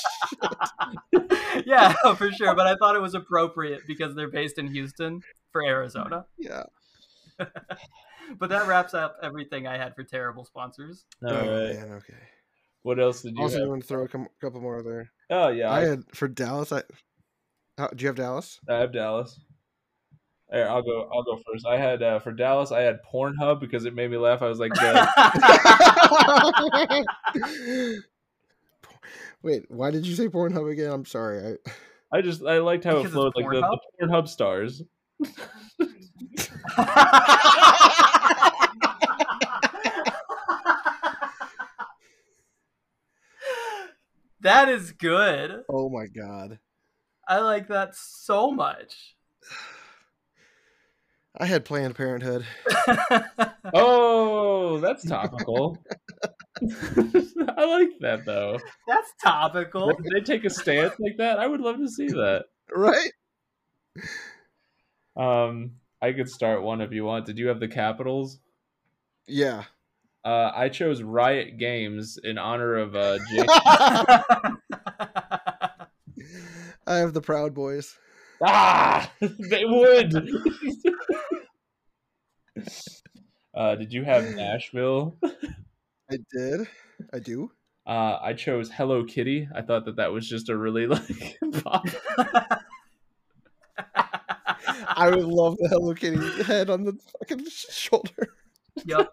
[laughs] yeah, for sure. But I thought it was appropriate because they're based in Houston for Arizona.
yeah.
But that wraps up everything I had for terrible sponsors. [laughs]
All
Oh,
right.
man, okay.
What else did you
Also, you
have?
want to throw a com- couple more there?
Oh yeah,
I
I,
had for Dallas. I How- do you have
[laughs]
Dallas?
I have Dallas. Here, I'll go. I'll go first. I had uh, for Dallas. I had Pornhub because it made me laugh. I was like, the,
Wait, why did you say Pornhub again? I'm sorry. I,
I just I liked how
Because
it flowed.
it's
Like the, the Pornhub stars.
[laughs] that is good.
oh my god,
I like that so much.
I had Planned Parenthood.
Oh, that's
[laughs]
topical. [laughs] I like that though.
That's topical.
[laughs] If they take a stance like that, I would love to see that.
Right?
Um, I could start one if you want. Did you have the Capitals?
Yeah. [laughs]
Uh, I chose Riot Games in honor of uh, James,
I have the Proud Boys.
[laughs] Ah, [laughs] they would. [laughs] uh, did you have Nashville?
I did. I do.
Uh, I chose Hello Kitty. I thought that that was just a really like [laughs] pop.
I would love the Hello Kitty head on the fucking sh- shoulder.
yep.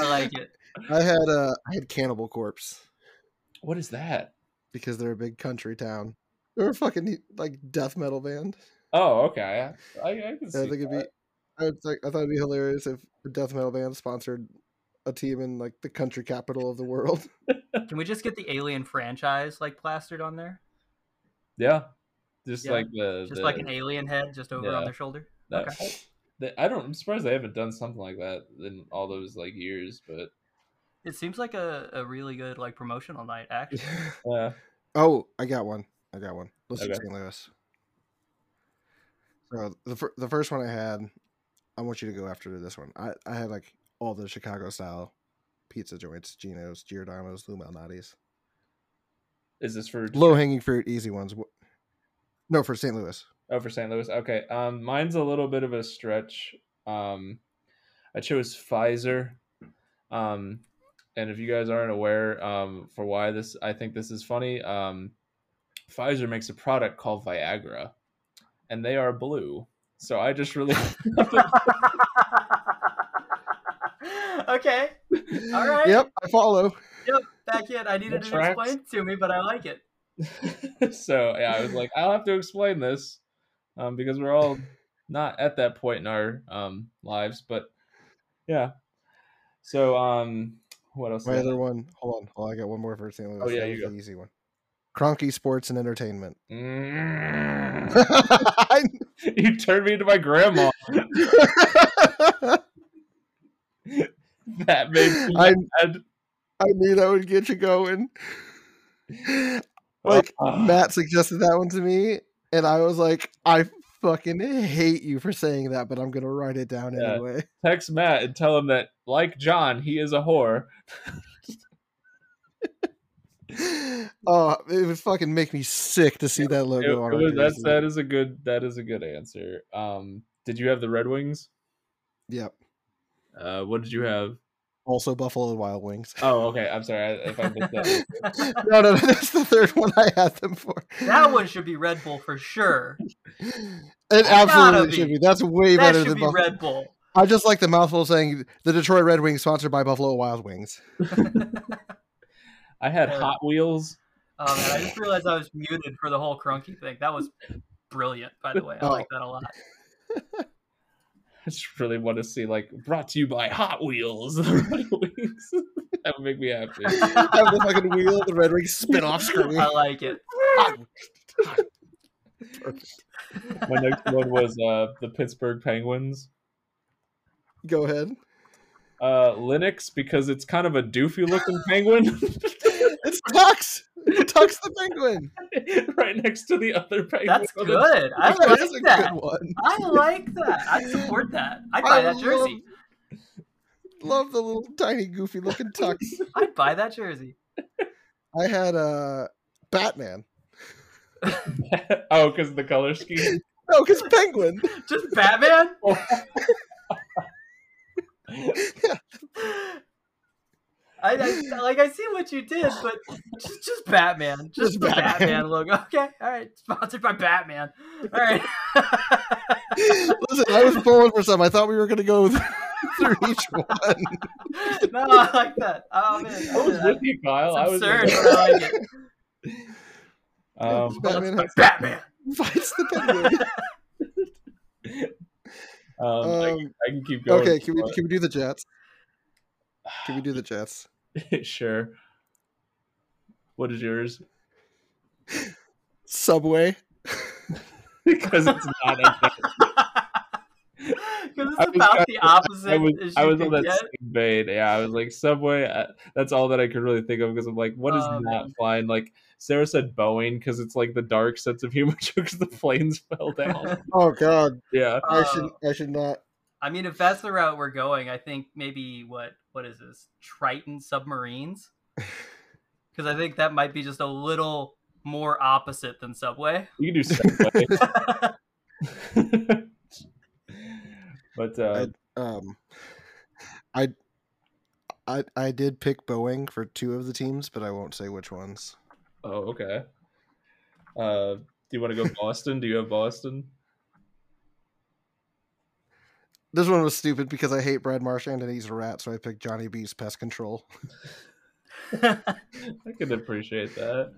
I like it.
[laughs] I had uh, I had Cannibal Corpse
What is that?
because they're a big country town. They're a fucking like death metal band.
Oh, okay. I, I can see.
And I think it'd be.
that.
I would like. I thought it'd be hilarious if a death metal band sponsored a team in like the country capital of the world.
Can we just get the Alien franchise like plastered on there?
yeah, just
Yeah,
like the
Just
the-
like an alien head just over
Yeah.
on their shoulder?
that-
Okay.
that- I don't. I'm surprised they haven't done something like that in all those like years. But
It seems like a, a really good like
[laughs]
promotional night, actually.
[laughs]
[laughs]
yeah,
oh, I got one. I got one. Let's do
Okay.
St. Louis. So the fir- the first one I had, I want you to go after this one. I I had like all the Chicago style pizza joints: Geno's, Giordano's, Lou Malnati's.
is this for
Low hanging fruit, easy ones. Wh- No, for St. Louis.
Oh, for St. Louis. Okay. Um, mine's a little bit of a stretch. Um, I chose Pfizer. Um, and if you guys aren't aware, um, for why this, I think this is funny. Um, Pfizer makes a product called Viagra, and they are blue. So I
[laughs]
just really,
okay. All right.
Yep, I follow.
Back in. I needed
That
it
tracks.
explained to me, but I like
[laughs]
it.
so yeah, I was like, I'll have to explain this, um, because we're all not at that point in our um lives, but yeah. So um, what else?
My
[laughs] did I-
other one. Hold on. Hold on. I got one more for St. Louis.
Oh, yeah,
That
you
was
go.
the easy one. Cronky Sports and Entertainment. [laughs]
Mm.
I
[laughs] you turned me into my grandma. [laughs]
kn-
That makes me
I
mad.
I knew that would get you
[sighs]
going. Like
Ah.
Matt suggested that one to me, and I was like, I fucking hate you for saying that, but I'm gonna write it down
Yeah.
anyway.
[laughs]
[laughs]
Text Matt and tell him that, like John, he is a whore.
oh, it would fucking make me sick to see that
It-
logo
it
on.
was-
our
that's
jersey.
that is a good that is a good answer. Um, did you have the Red Wings?
Yep.
Uh, what did you have?
Also, Buffalo Wild Wings. [laughs]
Oh, okay. I'm sorry I- if I missed that.
that
no, no, [laughs] that's the third one I had them for.
one should be Red Bull for sure.
It absolutely
be.
should [laughs] be. That's way
That
better
should
than
be
Buffalo.
Red Bull.
I just like the mouthful of saying the Detroit Red Wings sponsored by Buffalo Wild
[laughs]
Wings.
I [laughs] had
Yeah.
Hot Wheels.
Oh man, I just realized I was muted for the whole crunky thing. That was brilliant, by the way. I
Oh.
like that a lot.
I just really want to see like brought to you by Hot Wheels. [laughs] The Red Wings. [laughs] that would make me happy.
Have the fucking wheel of the Red Wings spin off
[laughs]
screen.
I
[laughs]
like it.
My next one was uh, the Pittsburgh Penguins.
Go ahead.
uh, Linux because it's kind of a doofy [laughs] looking penguin
It's [laughs] Tux. Tux the Penguin.
right next to the other penguin.
That's
on the-
good. I
that is a
like that.
good one.
I like that. I support that. I'd buy
[laughs] I
that jersey.
Love the little tiny goofy looking
[laughs]
Tux.
I'd buy that jersey.
I had uh Batman.
[laughs] oh, because the color scheme.
No, because
[laughs]
Penguin.
Just
[laughs]
Batman?
Oh.
I, I like I see what you did, but just just Batman, just,
Just
the
Batman.
Batman. logo. [laughs] Okay, all right, sponsored by Batman. All
[laughs]
right, [laughs]
Listen, I was pulling for some. I thought we were gonna go [laughs] through each one.
no, I like that. Oh man,
I was with you, Kyle. I
It's
was
absurd,
with you.
but I like
[laughs]
it.
Um,
Batman
It's Batman.
fights the penguin.
um,
[laughs] Oh
I,
Um,
I can keep going.
okay, can we can we do the Jets? Can we do the Jets?
[laughs] sure. What is yours? [laughs]
Subway.
because it's not. A,
Because
I
it's
was
about
trying
the opposite.
I was
as
I
you
was on
could
that
get.
same vein. Yeah, I was like Subway. I, that's all that I could really think of because I'm like, what is
Oh,
not
man.
flying? Like Sarah said, Boeing because it's like the dark sense of humor [laughs] because the planes fell down.
[laughs]
Oh God,
yeah,
I
Uh,
should I should not.
I mean, if that's the route we're going, I think maybe what what is
[laughs]
this Triton submarines? Because I think that might be just a little more opposite than [laughs] Subway.
You can do Subway. [laughs] but uh,
Um, I, I, I did pick Boeing for two of the teams, but I won't say which ones.
oh, okay. Uh, do you want to go Boston? do you have Boston? [laughs]
This one was stupid because I hate Brad Marchand and he's a rat, so I picked Johnny B's Pest Control,
Oh, [laughs]
I can appreciate that.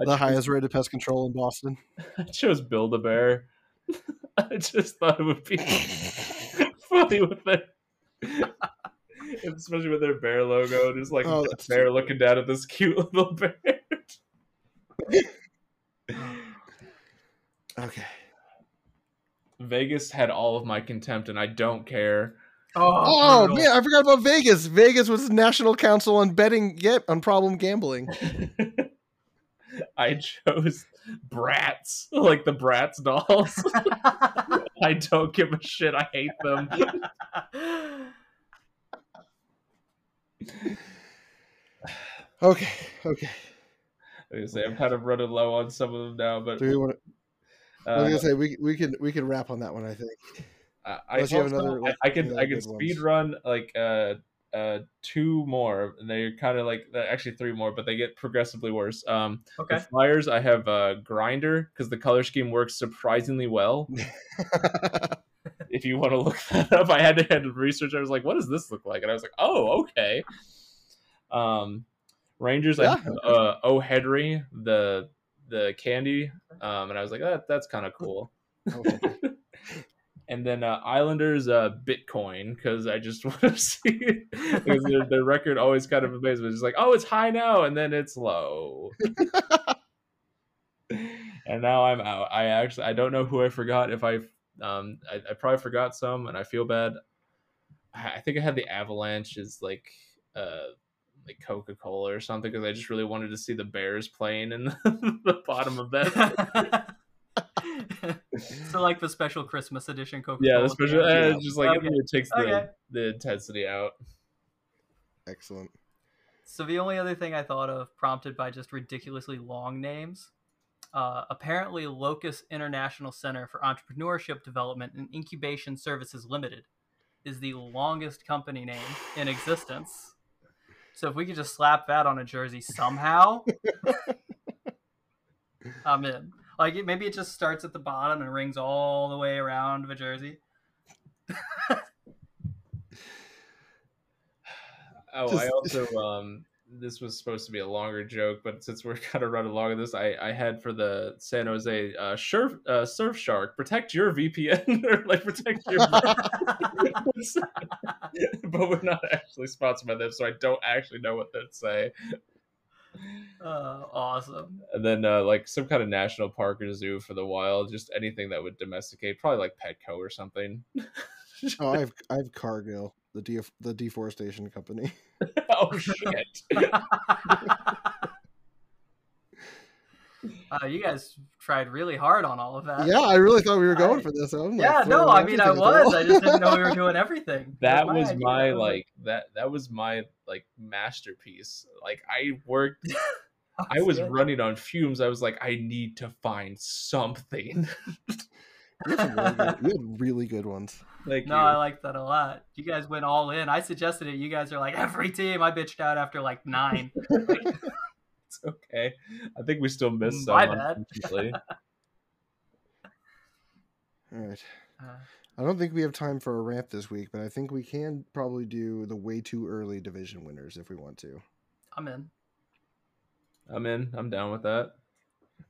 I
the highest rated pest control in Boston.
I chose Build a Bear. [laughs] I just thought it would be funny with their, [laughs] especially with their bear logo, just like
Oh,
a
that's
bear looking down at this cute [laughs] little bear.
Okay,
Vegas had all of my contempt, and I don't care.
Oh
brutal.
man, I forgot about Vegas. Vegas was National Council on Betting Yet on Problem Gambling.
I chose Bratz, [laughs] like the Bratz dolls. [laughs] I don't give a shit. I hate them.
[laughs]
Okay, okay.
I was gonna say, I'm kind of running low on some of them now, but
Do we want? I was
uh,
Um,
gonna say we we can we can wrap on that one. I think. [laughs]
I, I,
Unless you have
also-
another,
I,
like,
I could
really
I could
good
speed
ones.
run like uh uh two more. and They're kind of like they're actually three more, but they get progressively worse. Um,
okay.
the Flyers I have uh Grinder because the color scheme works
[laughs]
surprisingly well. if you want to look that up, I had to, had to research. I was like, what does this look like? And I was like, oh okay. Um, Rangers I
Yeah,
have, uh O Henry the the candy, um, and I was like, that that's kind of cool.
Okay.
[laughs]
And then uh, Islanders uh, Bitcoin because I just [laughs] want to see it. because their, their record always kind of amazes me. It's like, oh, it's high now, and then it's
[laughs]
low. and now I'm out. I actually I don't know who I forgot. If I um I, I probably forgot some, and I feel bad. I I think I had the Avalanche as like uh like Coca Cola or something because I just really wanted to see the Bears playing in [laughs] the bottom of
[laughs]
that.
[laughs] so like the special Christmas edition Coca-Cola.
Yeah, the special
can.
uh,
Yeah.
just like it
Okay.
really takes
Okay.
the, the intensity out.
Excellent.
So the only other thing I thought of, prompted by just ridiculously long names, uh, apparently Locus International Center for Entrepreneurship Development and Incubation Services Limited is the longest company name in existence. So if we could just slap that on a jersey somehow, I'm in. Like it, maybe it just starts at the bottom and rings all the way around the jersey.
Oh, I
Just-
also um this was supposed to be a longer joke, but since we're [laughs] kind of running long on this, I I had for the San Jose uh, surf uh, Surf Shark protect your VPN [laughs] or like protect your. [laughs] but we're not actually sponsored by them, so I don't actually know what they'd say.
Uh, awesome.
And then uh, like some kind of national park or zoo for the wild, just anything that would domesticate, probably like Petco or something. [laughs]
Oh, I've I've Cargill, the de- the deforestation
[laughs]
company.
oh shit!
Uh, you guys tried really hard on all of that.
yeah, I really thought we were going
Uh, I-
for this. I'm like
Yeah, no,
throwing
I mean, I
everything at the
was. I just didn't know
wall. [laughs]
we were doing everything.
[laughs] that
It
was
idea.
my
[laughs]
like that that was my like masterpiece like i worked i was
Yeah.
running on fumes i was like i need to find something [laughs]
You had some really good- you
[laughs]
had really good ones.
like
No, I liked that a lot. You guys went all in. I suggested it. You guys are like every team. I bitched out after like
[laughs]
nine.
it's okay i think we still missed some
Mm,
[laughs]
My bad.
unfortunately.
All right.
Uh,
I don't think we have time for a rant this week, but I think we can probably do the way too early division winners if we want to.
I'm in.
i'm in i'm down with that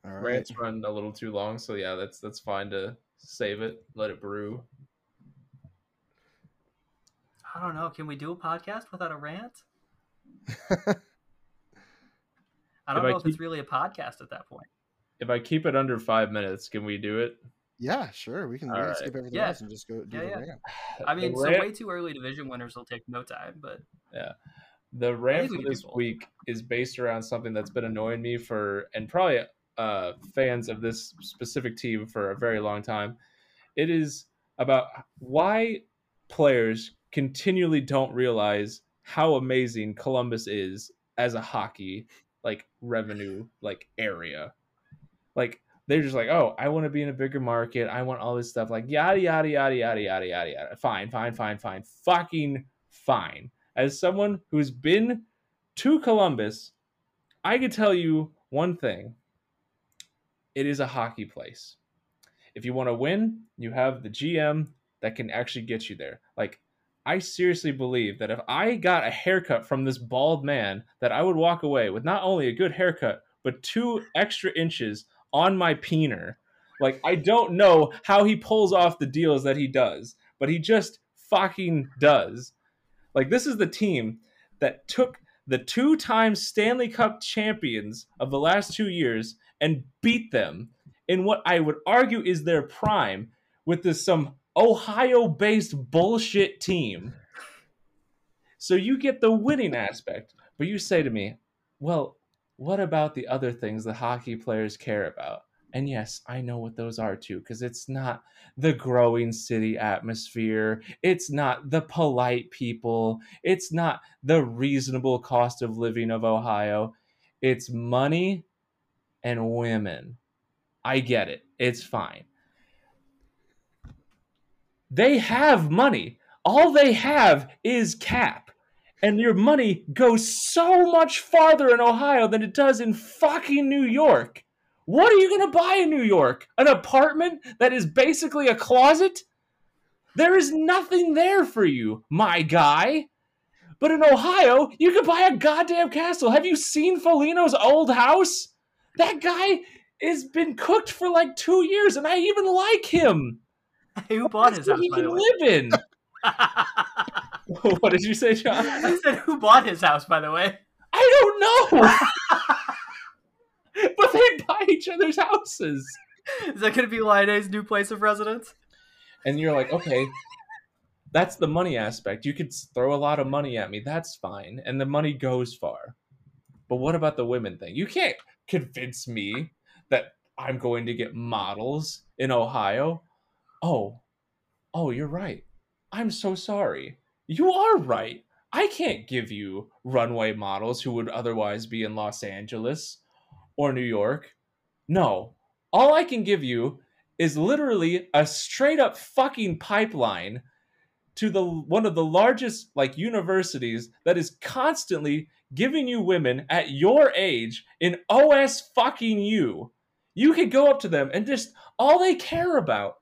All right.
rants run a little too long so yeah that's that's fine to save it let it brew
I don't know. Can we do a podcast without a rant?
[laughs]
I don't
If I
know if it's
keep-
really a podcast at that
[laughs]
point.
if i keep it under five minutes can we do it
Yeah, sure. We can, we
All
can
right.
skip everything
Yeah.
else and just go do
Yeah,
the
yeah.
rant.
I mean,
The
so
rant-
way too early division winners will take no time, but [laughs]
The rant
think
for
we can do
this
both.
week is based around something that's been annoying me for, and probably uh, fans of this specific team for a very long time. It is about why players continually don't realize how amazing Columbus is as a hockey like revenue like area. Like they're just like, oh, I want to be in a bigger market. I want all this stuff. Like yada yada yada yada yada yada yada. Fine, fine, fine, fine, fucking fine. As someone who's been to Columbus, I could tell you one thing. It is a hockey place. If you want to win, you have the GM that can actually get you there. Like I seriously believe that if I got a haircut from this bald man, that I would walk away with not only a good haircut, but two extra inches on my peener. Like I don't know how he pulls off the deals that he does, but he just fucking does. Like this is the team that took the two-time Stanley Cup champions of the last 2 years and beat them in what I would argue is their prime with this some Ohio based bullshit team. So you get the winning aspect, but you say to me, well, what about the other things that hockey players care about? And yes, I know what those are too, because it's not the growing city atmosphere. It's not the polite people. It's not the reasonable cost of living of Ohio. It's money and women. I get it. It's fine they have money. All they have is cap. And your money goes so much farther in Ohio than it does in fucking New York. What are you going to buy in New York? An apartment that is basically a closet? There is nothing there for you, my guy. But in Ohio, you could buy a goddamn castle. Have you seen Folino's old house? That guy has been cooked for like two years, and I even like him.
Who bought his
That's what he
house? By the
can
way, [laughs]
live in. what did you say, John?
I said, who bought his house? By the way, [laughs]
I don't know. [laughs] but they buy each other's houses.
is that going to be Lionel's new place of residence?
And you're like, okay, that's the money aspect. You could s- throw a lot of money at me. That's fine. And the money goes far. But what about the women thing? You can't convince me that I'm going to get models in Ohio. Oh, oh, you're right. I'm so sorry. You are right. I can't give you runway models who would otherwise be in Los Angeles or New York. No. All I can give you is literally a straight up fucking pipeline to the one of the largest like universities that is constantly giving you women at your age in OS fucking you. You could go up to them and just all they care about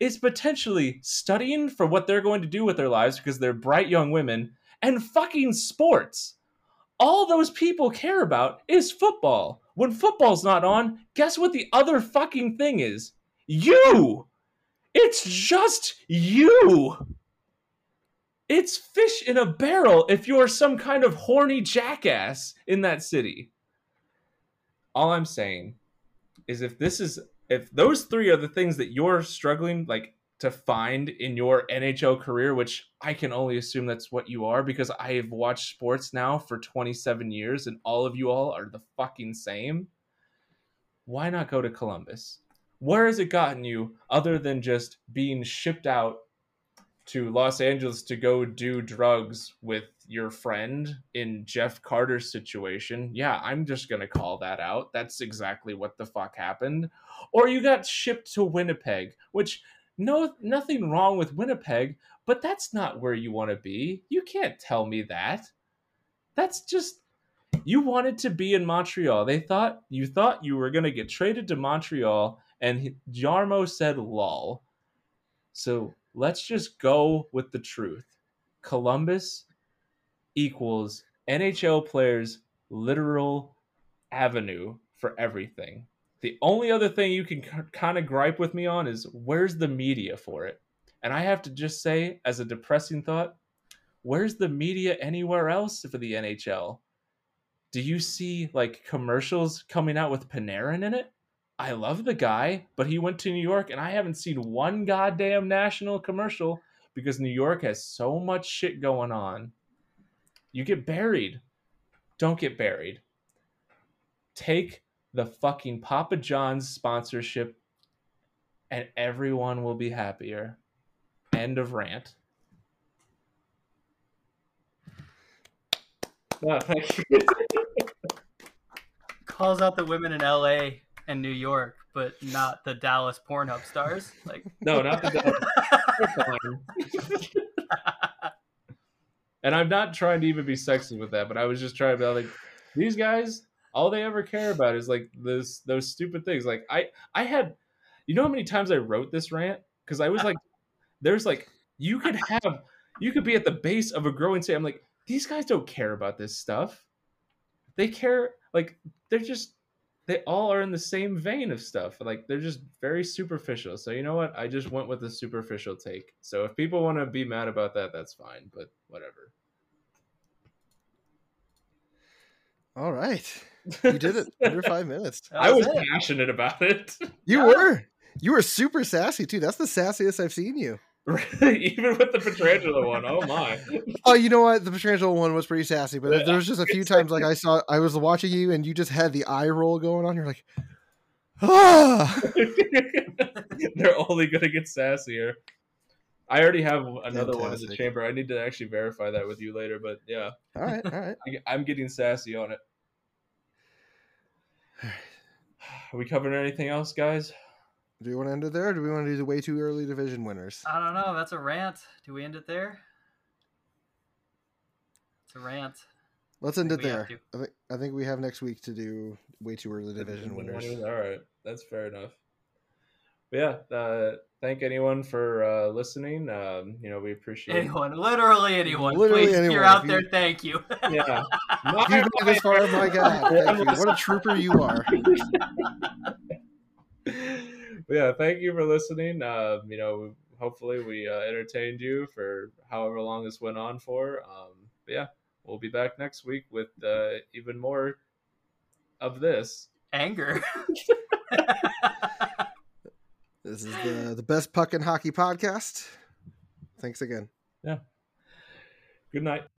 is potentially studying for what they're going to do with their lives because they're bright young women and fucking sports. All those people care about is football. When football's not on, guess what the other fucking thing is? You! It's just you! It's fish in a barrel if you're some kind of horny jackass in that city. All I'm saying is if this is if those three are the things that you're struggling like to find in your NHL career, which I can only assume that's what you are because I have watched sports now for 27 years and all of you all are the fucking same. Why not go to Columbus? Where has it gotten you other than just being shipped out to Los Angeles to go do drugs with your friend in Jeff Carter's situation? Yeah, I'm just going to call that out. That's exactly what the fuck happened or you got shipped to Winnipeg, which no nothing wrong with Winnipeg, but that's not where you want to be. You can't tell me that. That's just you wanted to be in Montreal. They thought you thought you were going to get traded to Montreal and he- Jarmo said lol. So, let's just go with the truth. Columbus equals NHL players literal avenue for everything. The only other thing you can kind of gripe with me on is where's the media for it? And I have to just say, as a depressing thought, where's the media anywhere else for the NHL? Do you see like commercials coming out with Panarin in it? I love the guy, but he went to New York and I haven't seen one goddamn national commercial because New York has so much shit going on. You get buried. Don't get buried. Take the fucking Papa John's sponsorship, and everyone will be happier. End of rant. Oh, thank you.
Calls out the women in L.A. and New York, but not the Dallas Pornhub stars. Like,
No, not the Dallas. Fine. and I'm not trying to even be sexist with that, but I was just trying to be like, these guys, all they ever care about is like this those stupid things. Like I I had you know how many times I wrote this rant? Because I was like, there's like you could have you could be at the base of a growing state. I'm like, these guys don't care about this stuff. They care like they're just they all are in the same vein of stuff. Like they're just very superficial. So you know what? I just went with the superficial take. So if people want to be mad about that, that's fine. But whatever.
All right.
[laughs]
You did it under five minutes.
that
I was
it.
passionate about it, [laughs]
You
Yeah.
were. You were super sassy too. That's the sassiest I've seen you.
even with the Petrangelo one. Oh my! [laughs]
Oh, you know what? The Petrangelo one was pretty sassy, but
Yeah.
there was just a few times like I saw I was watching you and you just had the eye roll going on. You're like, [sighs] ah.
They're only gonna get sassier. I already have another one in the
Fantastic.
chamber. I need to actually verify that with you later. But yeah,
All right, all right.
I, I'm getting sassy on it. Are we covering anything else, guys?
Do you want to end it there? Or do we want to do the way too early division winners?
I don't know. That's a rant. Do we end it there? It's a rant.
Let's end it
think we
there.
have
I think I think we have next week to do way too early division winners.
All right, that's fair enough. But yeah, uh, thank anyone for uh, listening. Um, you know, we appreciate.
Anyone, literally anyone.
Literally
Please, if
anyone,
you're out
if
there.
you-
Thank you. [laughs]
Yeah.
If you've made it this far,
[laughs]
my God, thank you. what a trooper you are!
But yeah, thank you for listening. Uh, you know, hopefully we uh, entertained you for however long this went on for. Um, but yeah, we'll be back next week with uh, even more of this.
[laughs]
Anger.
This is the the best puck and hockey podcast. Thanks again.
Good night.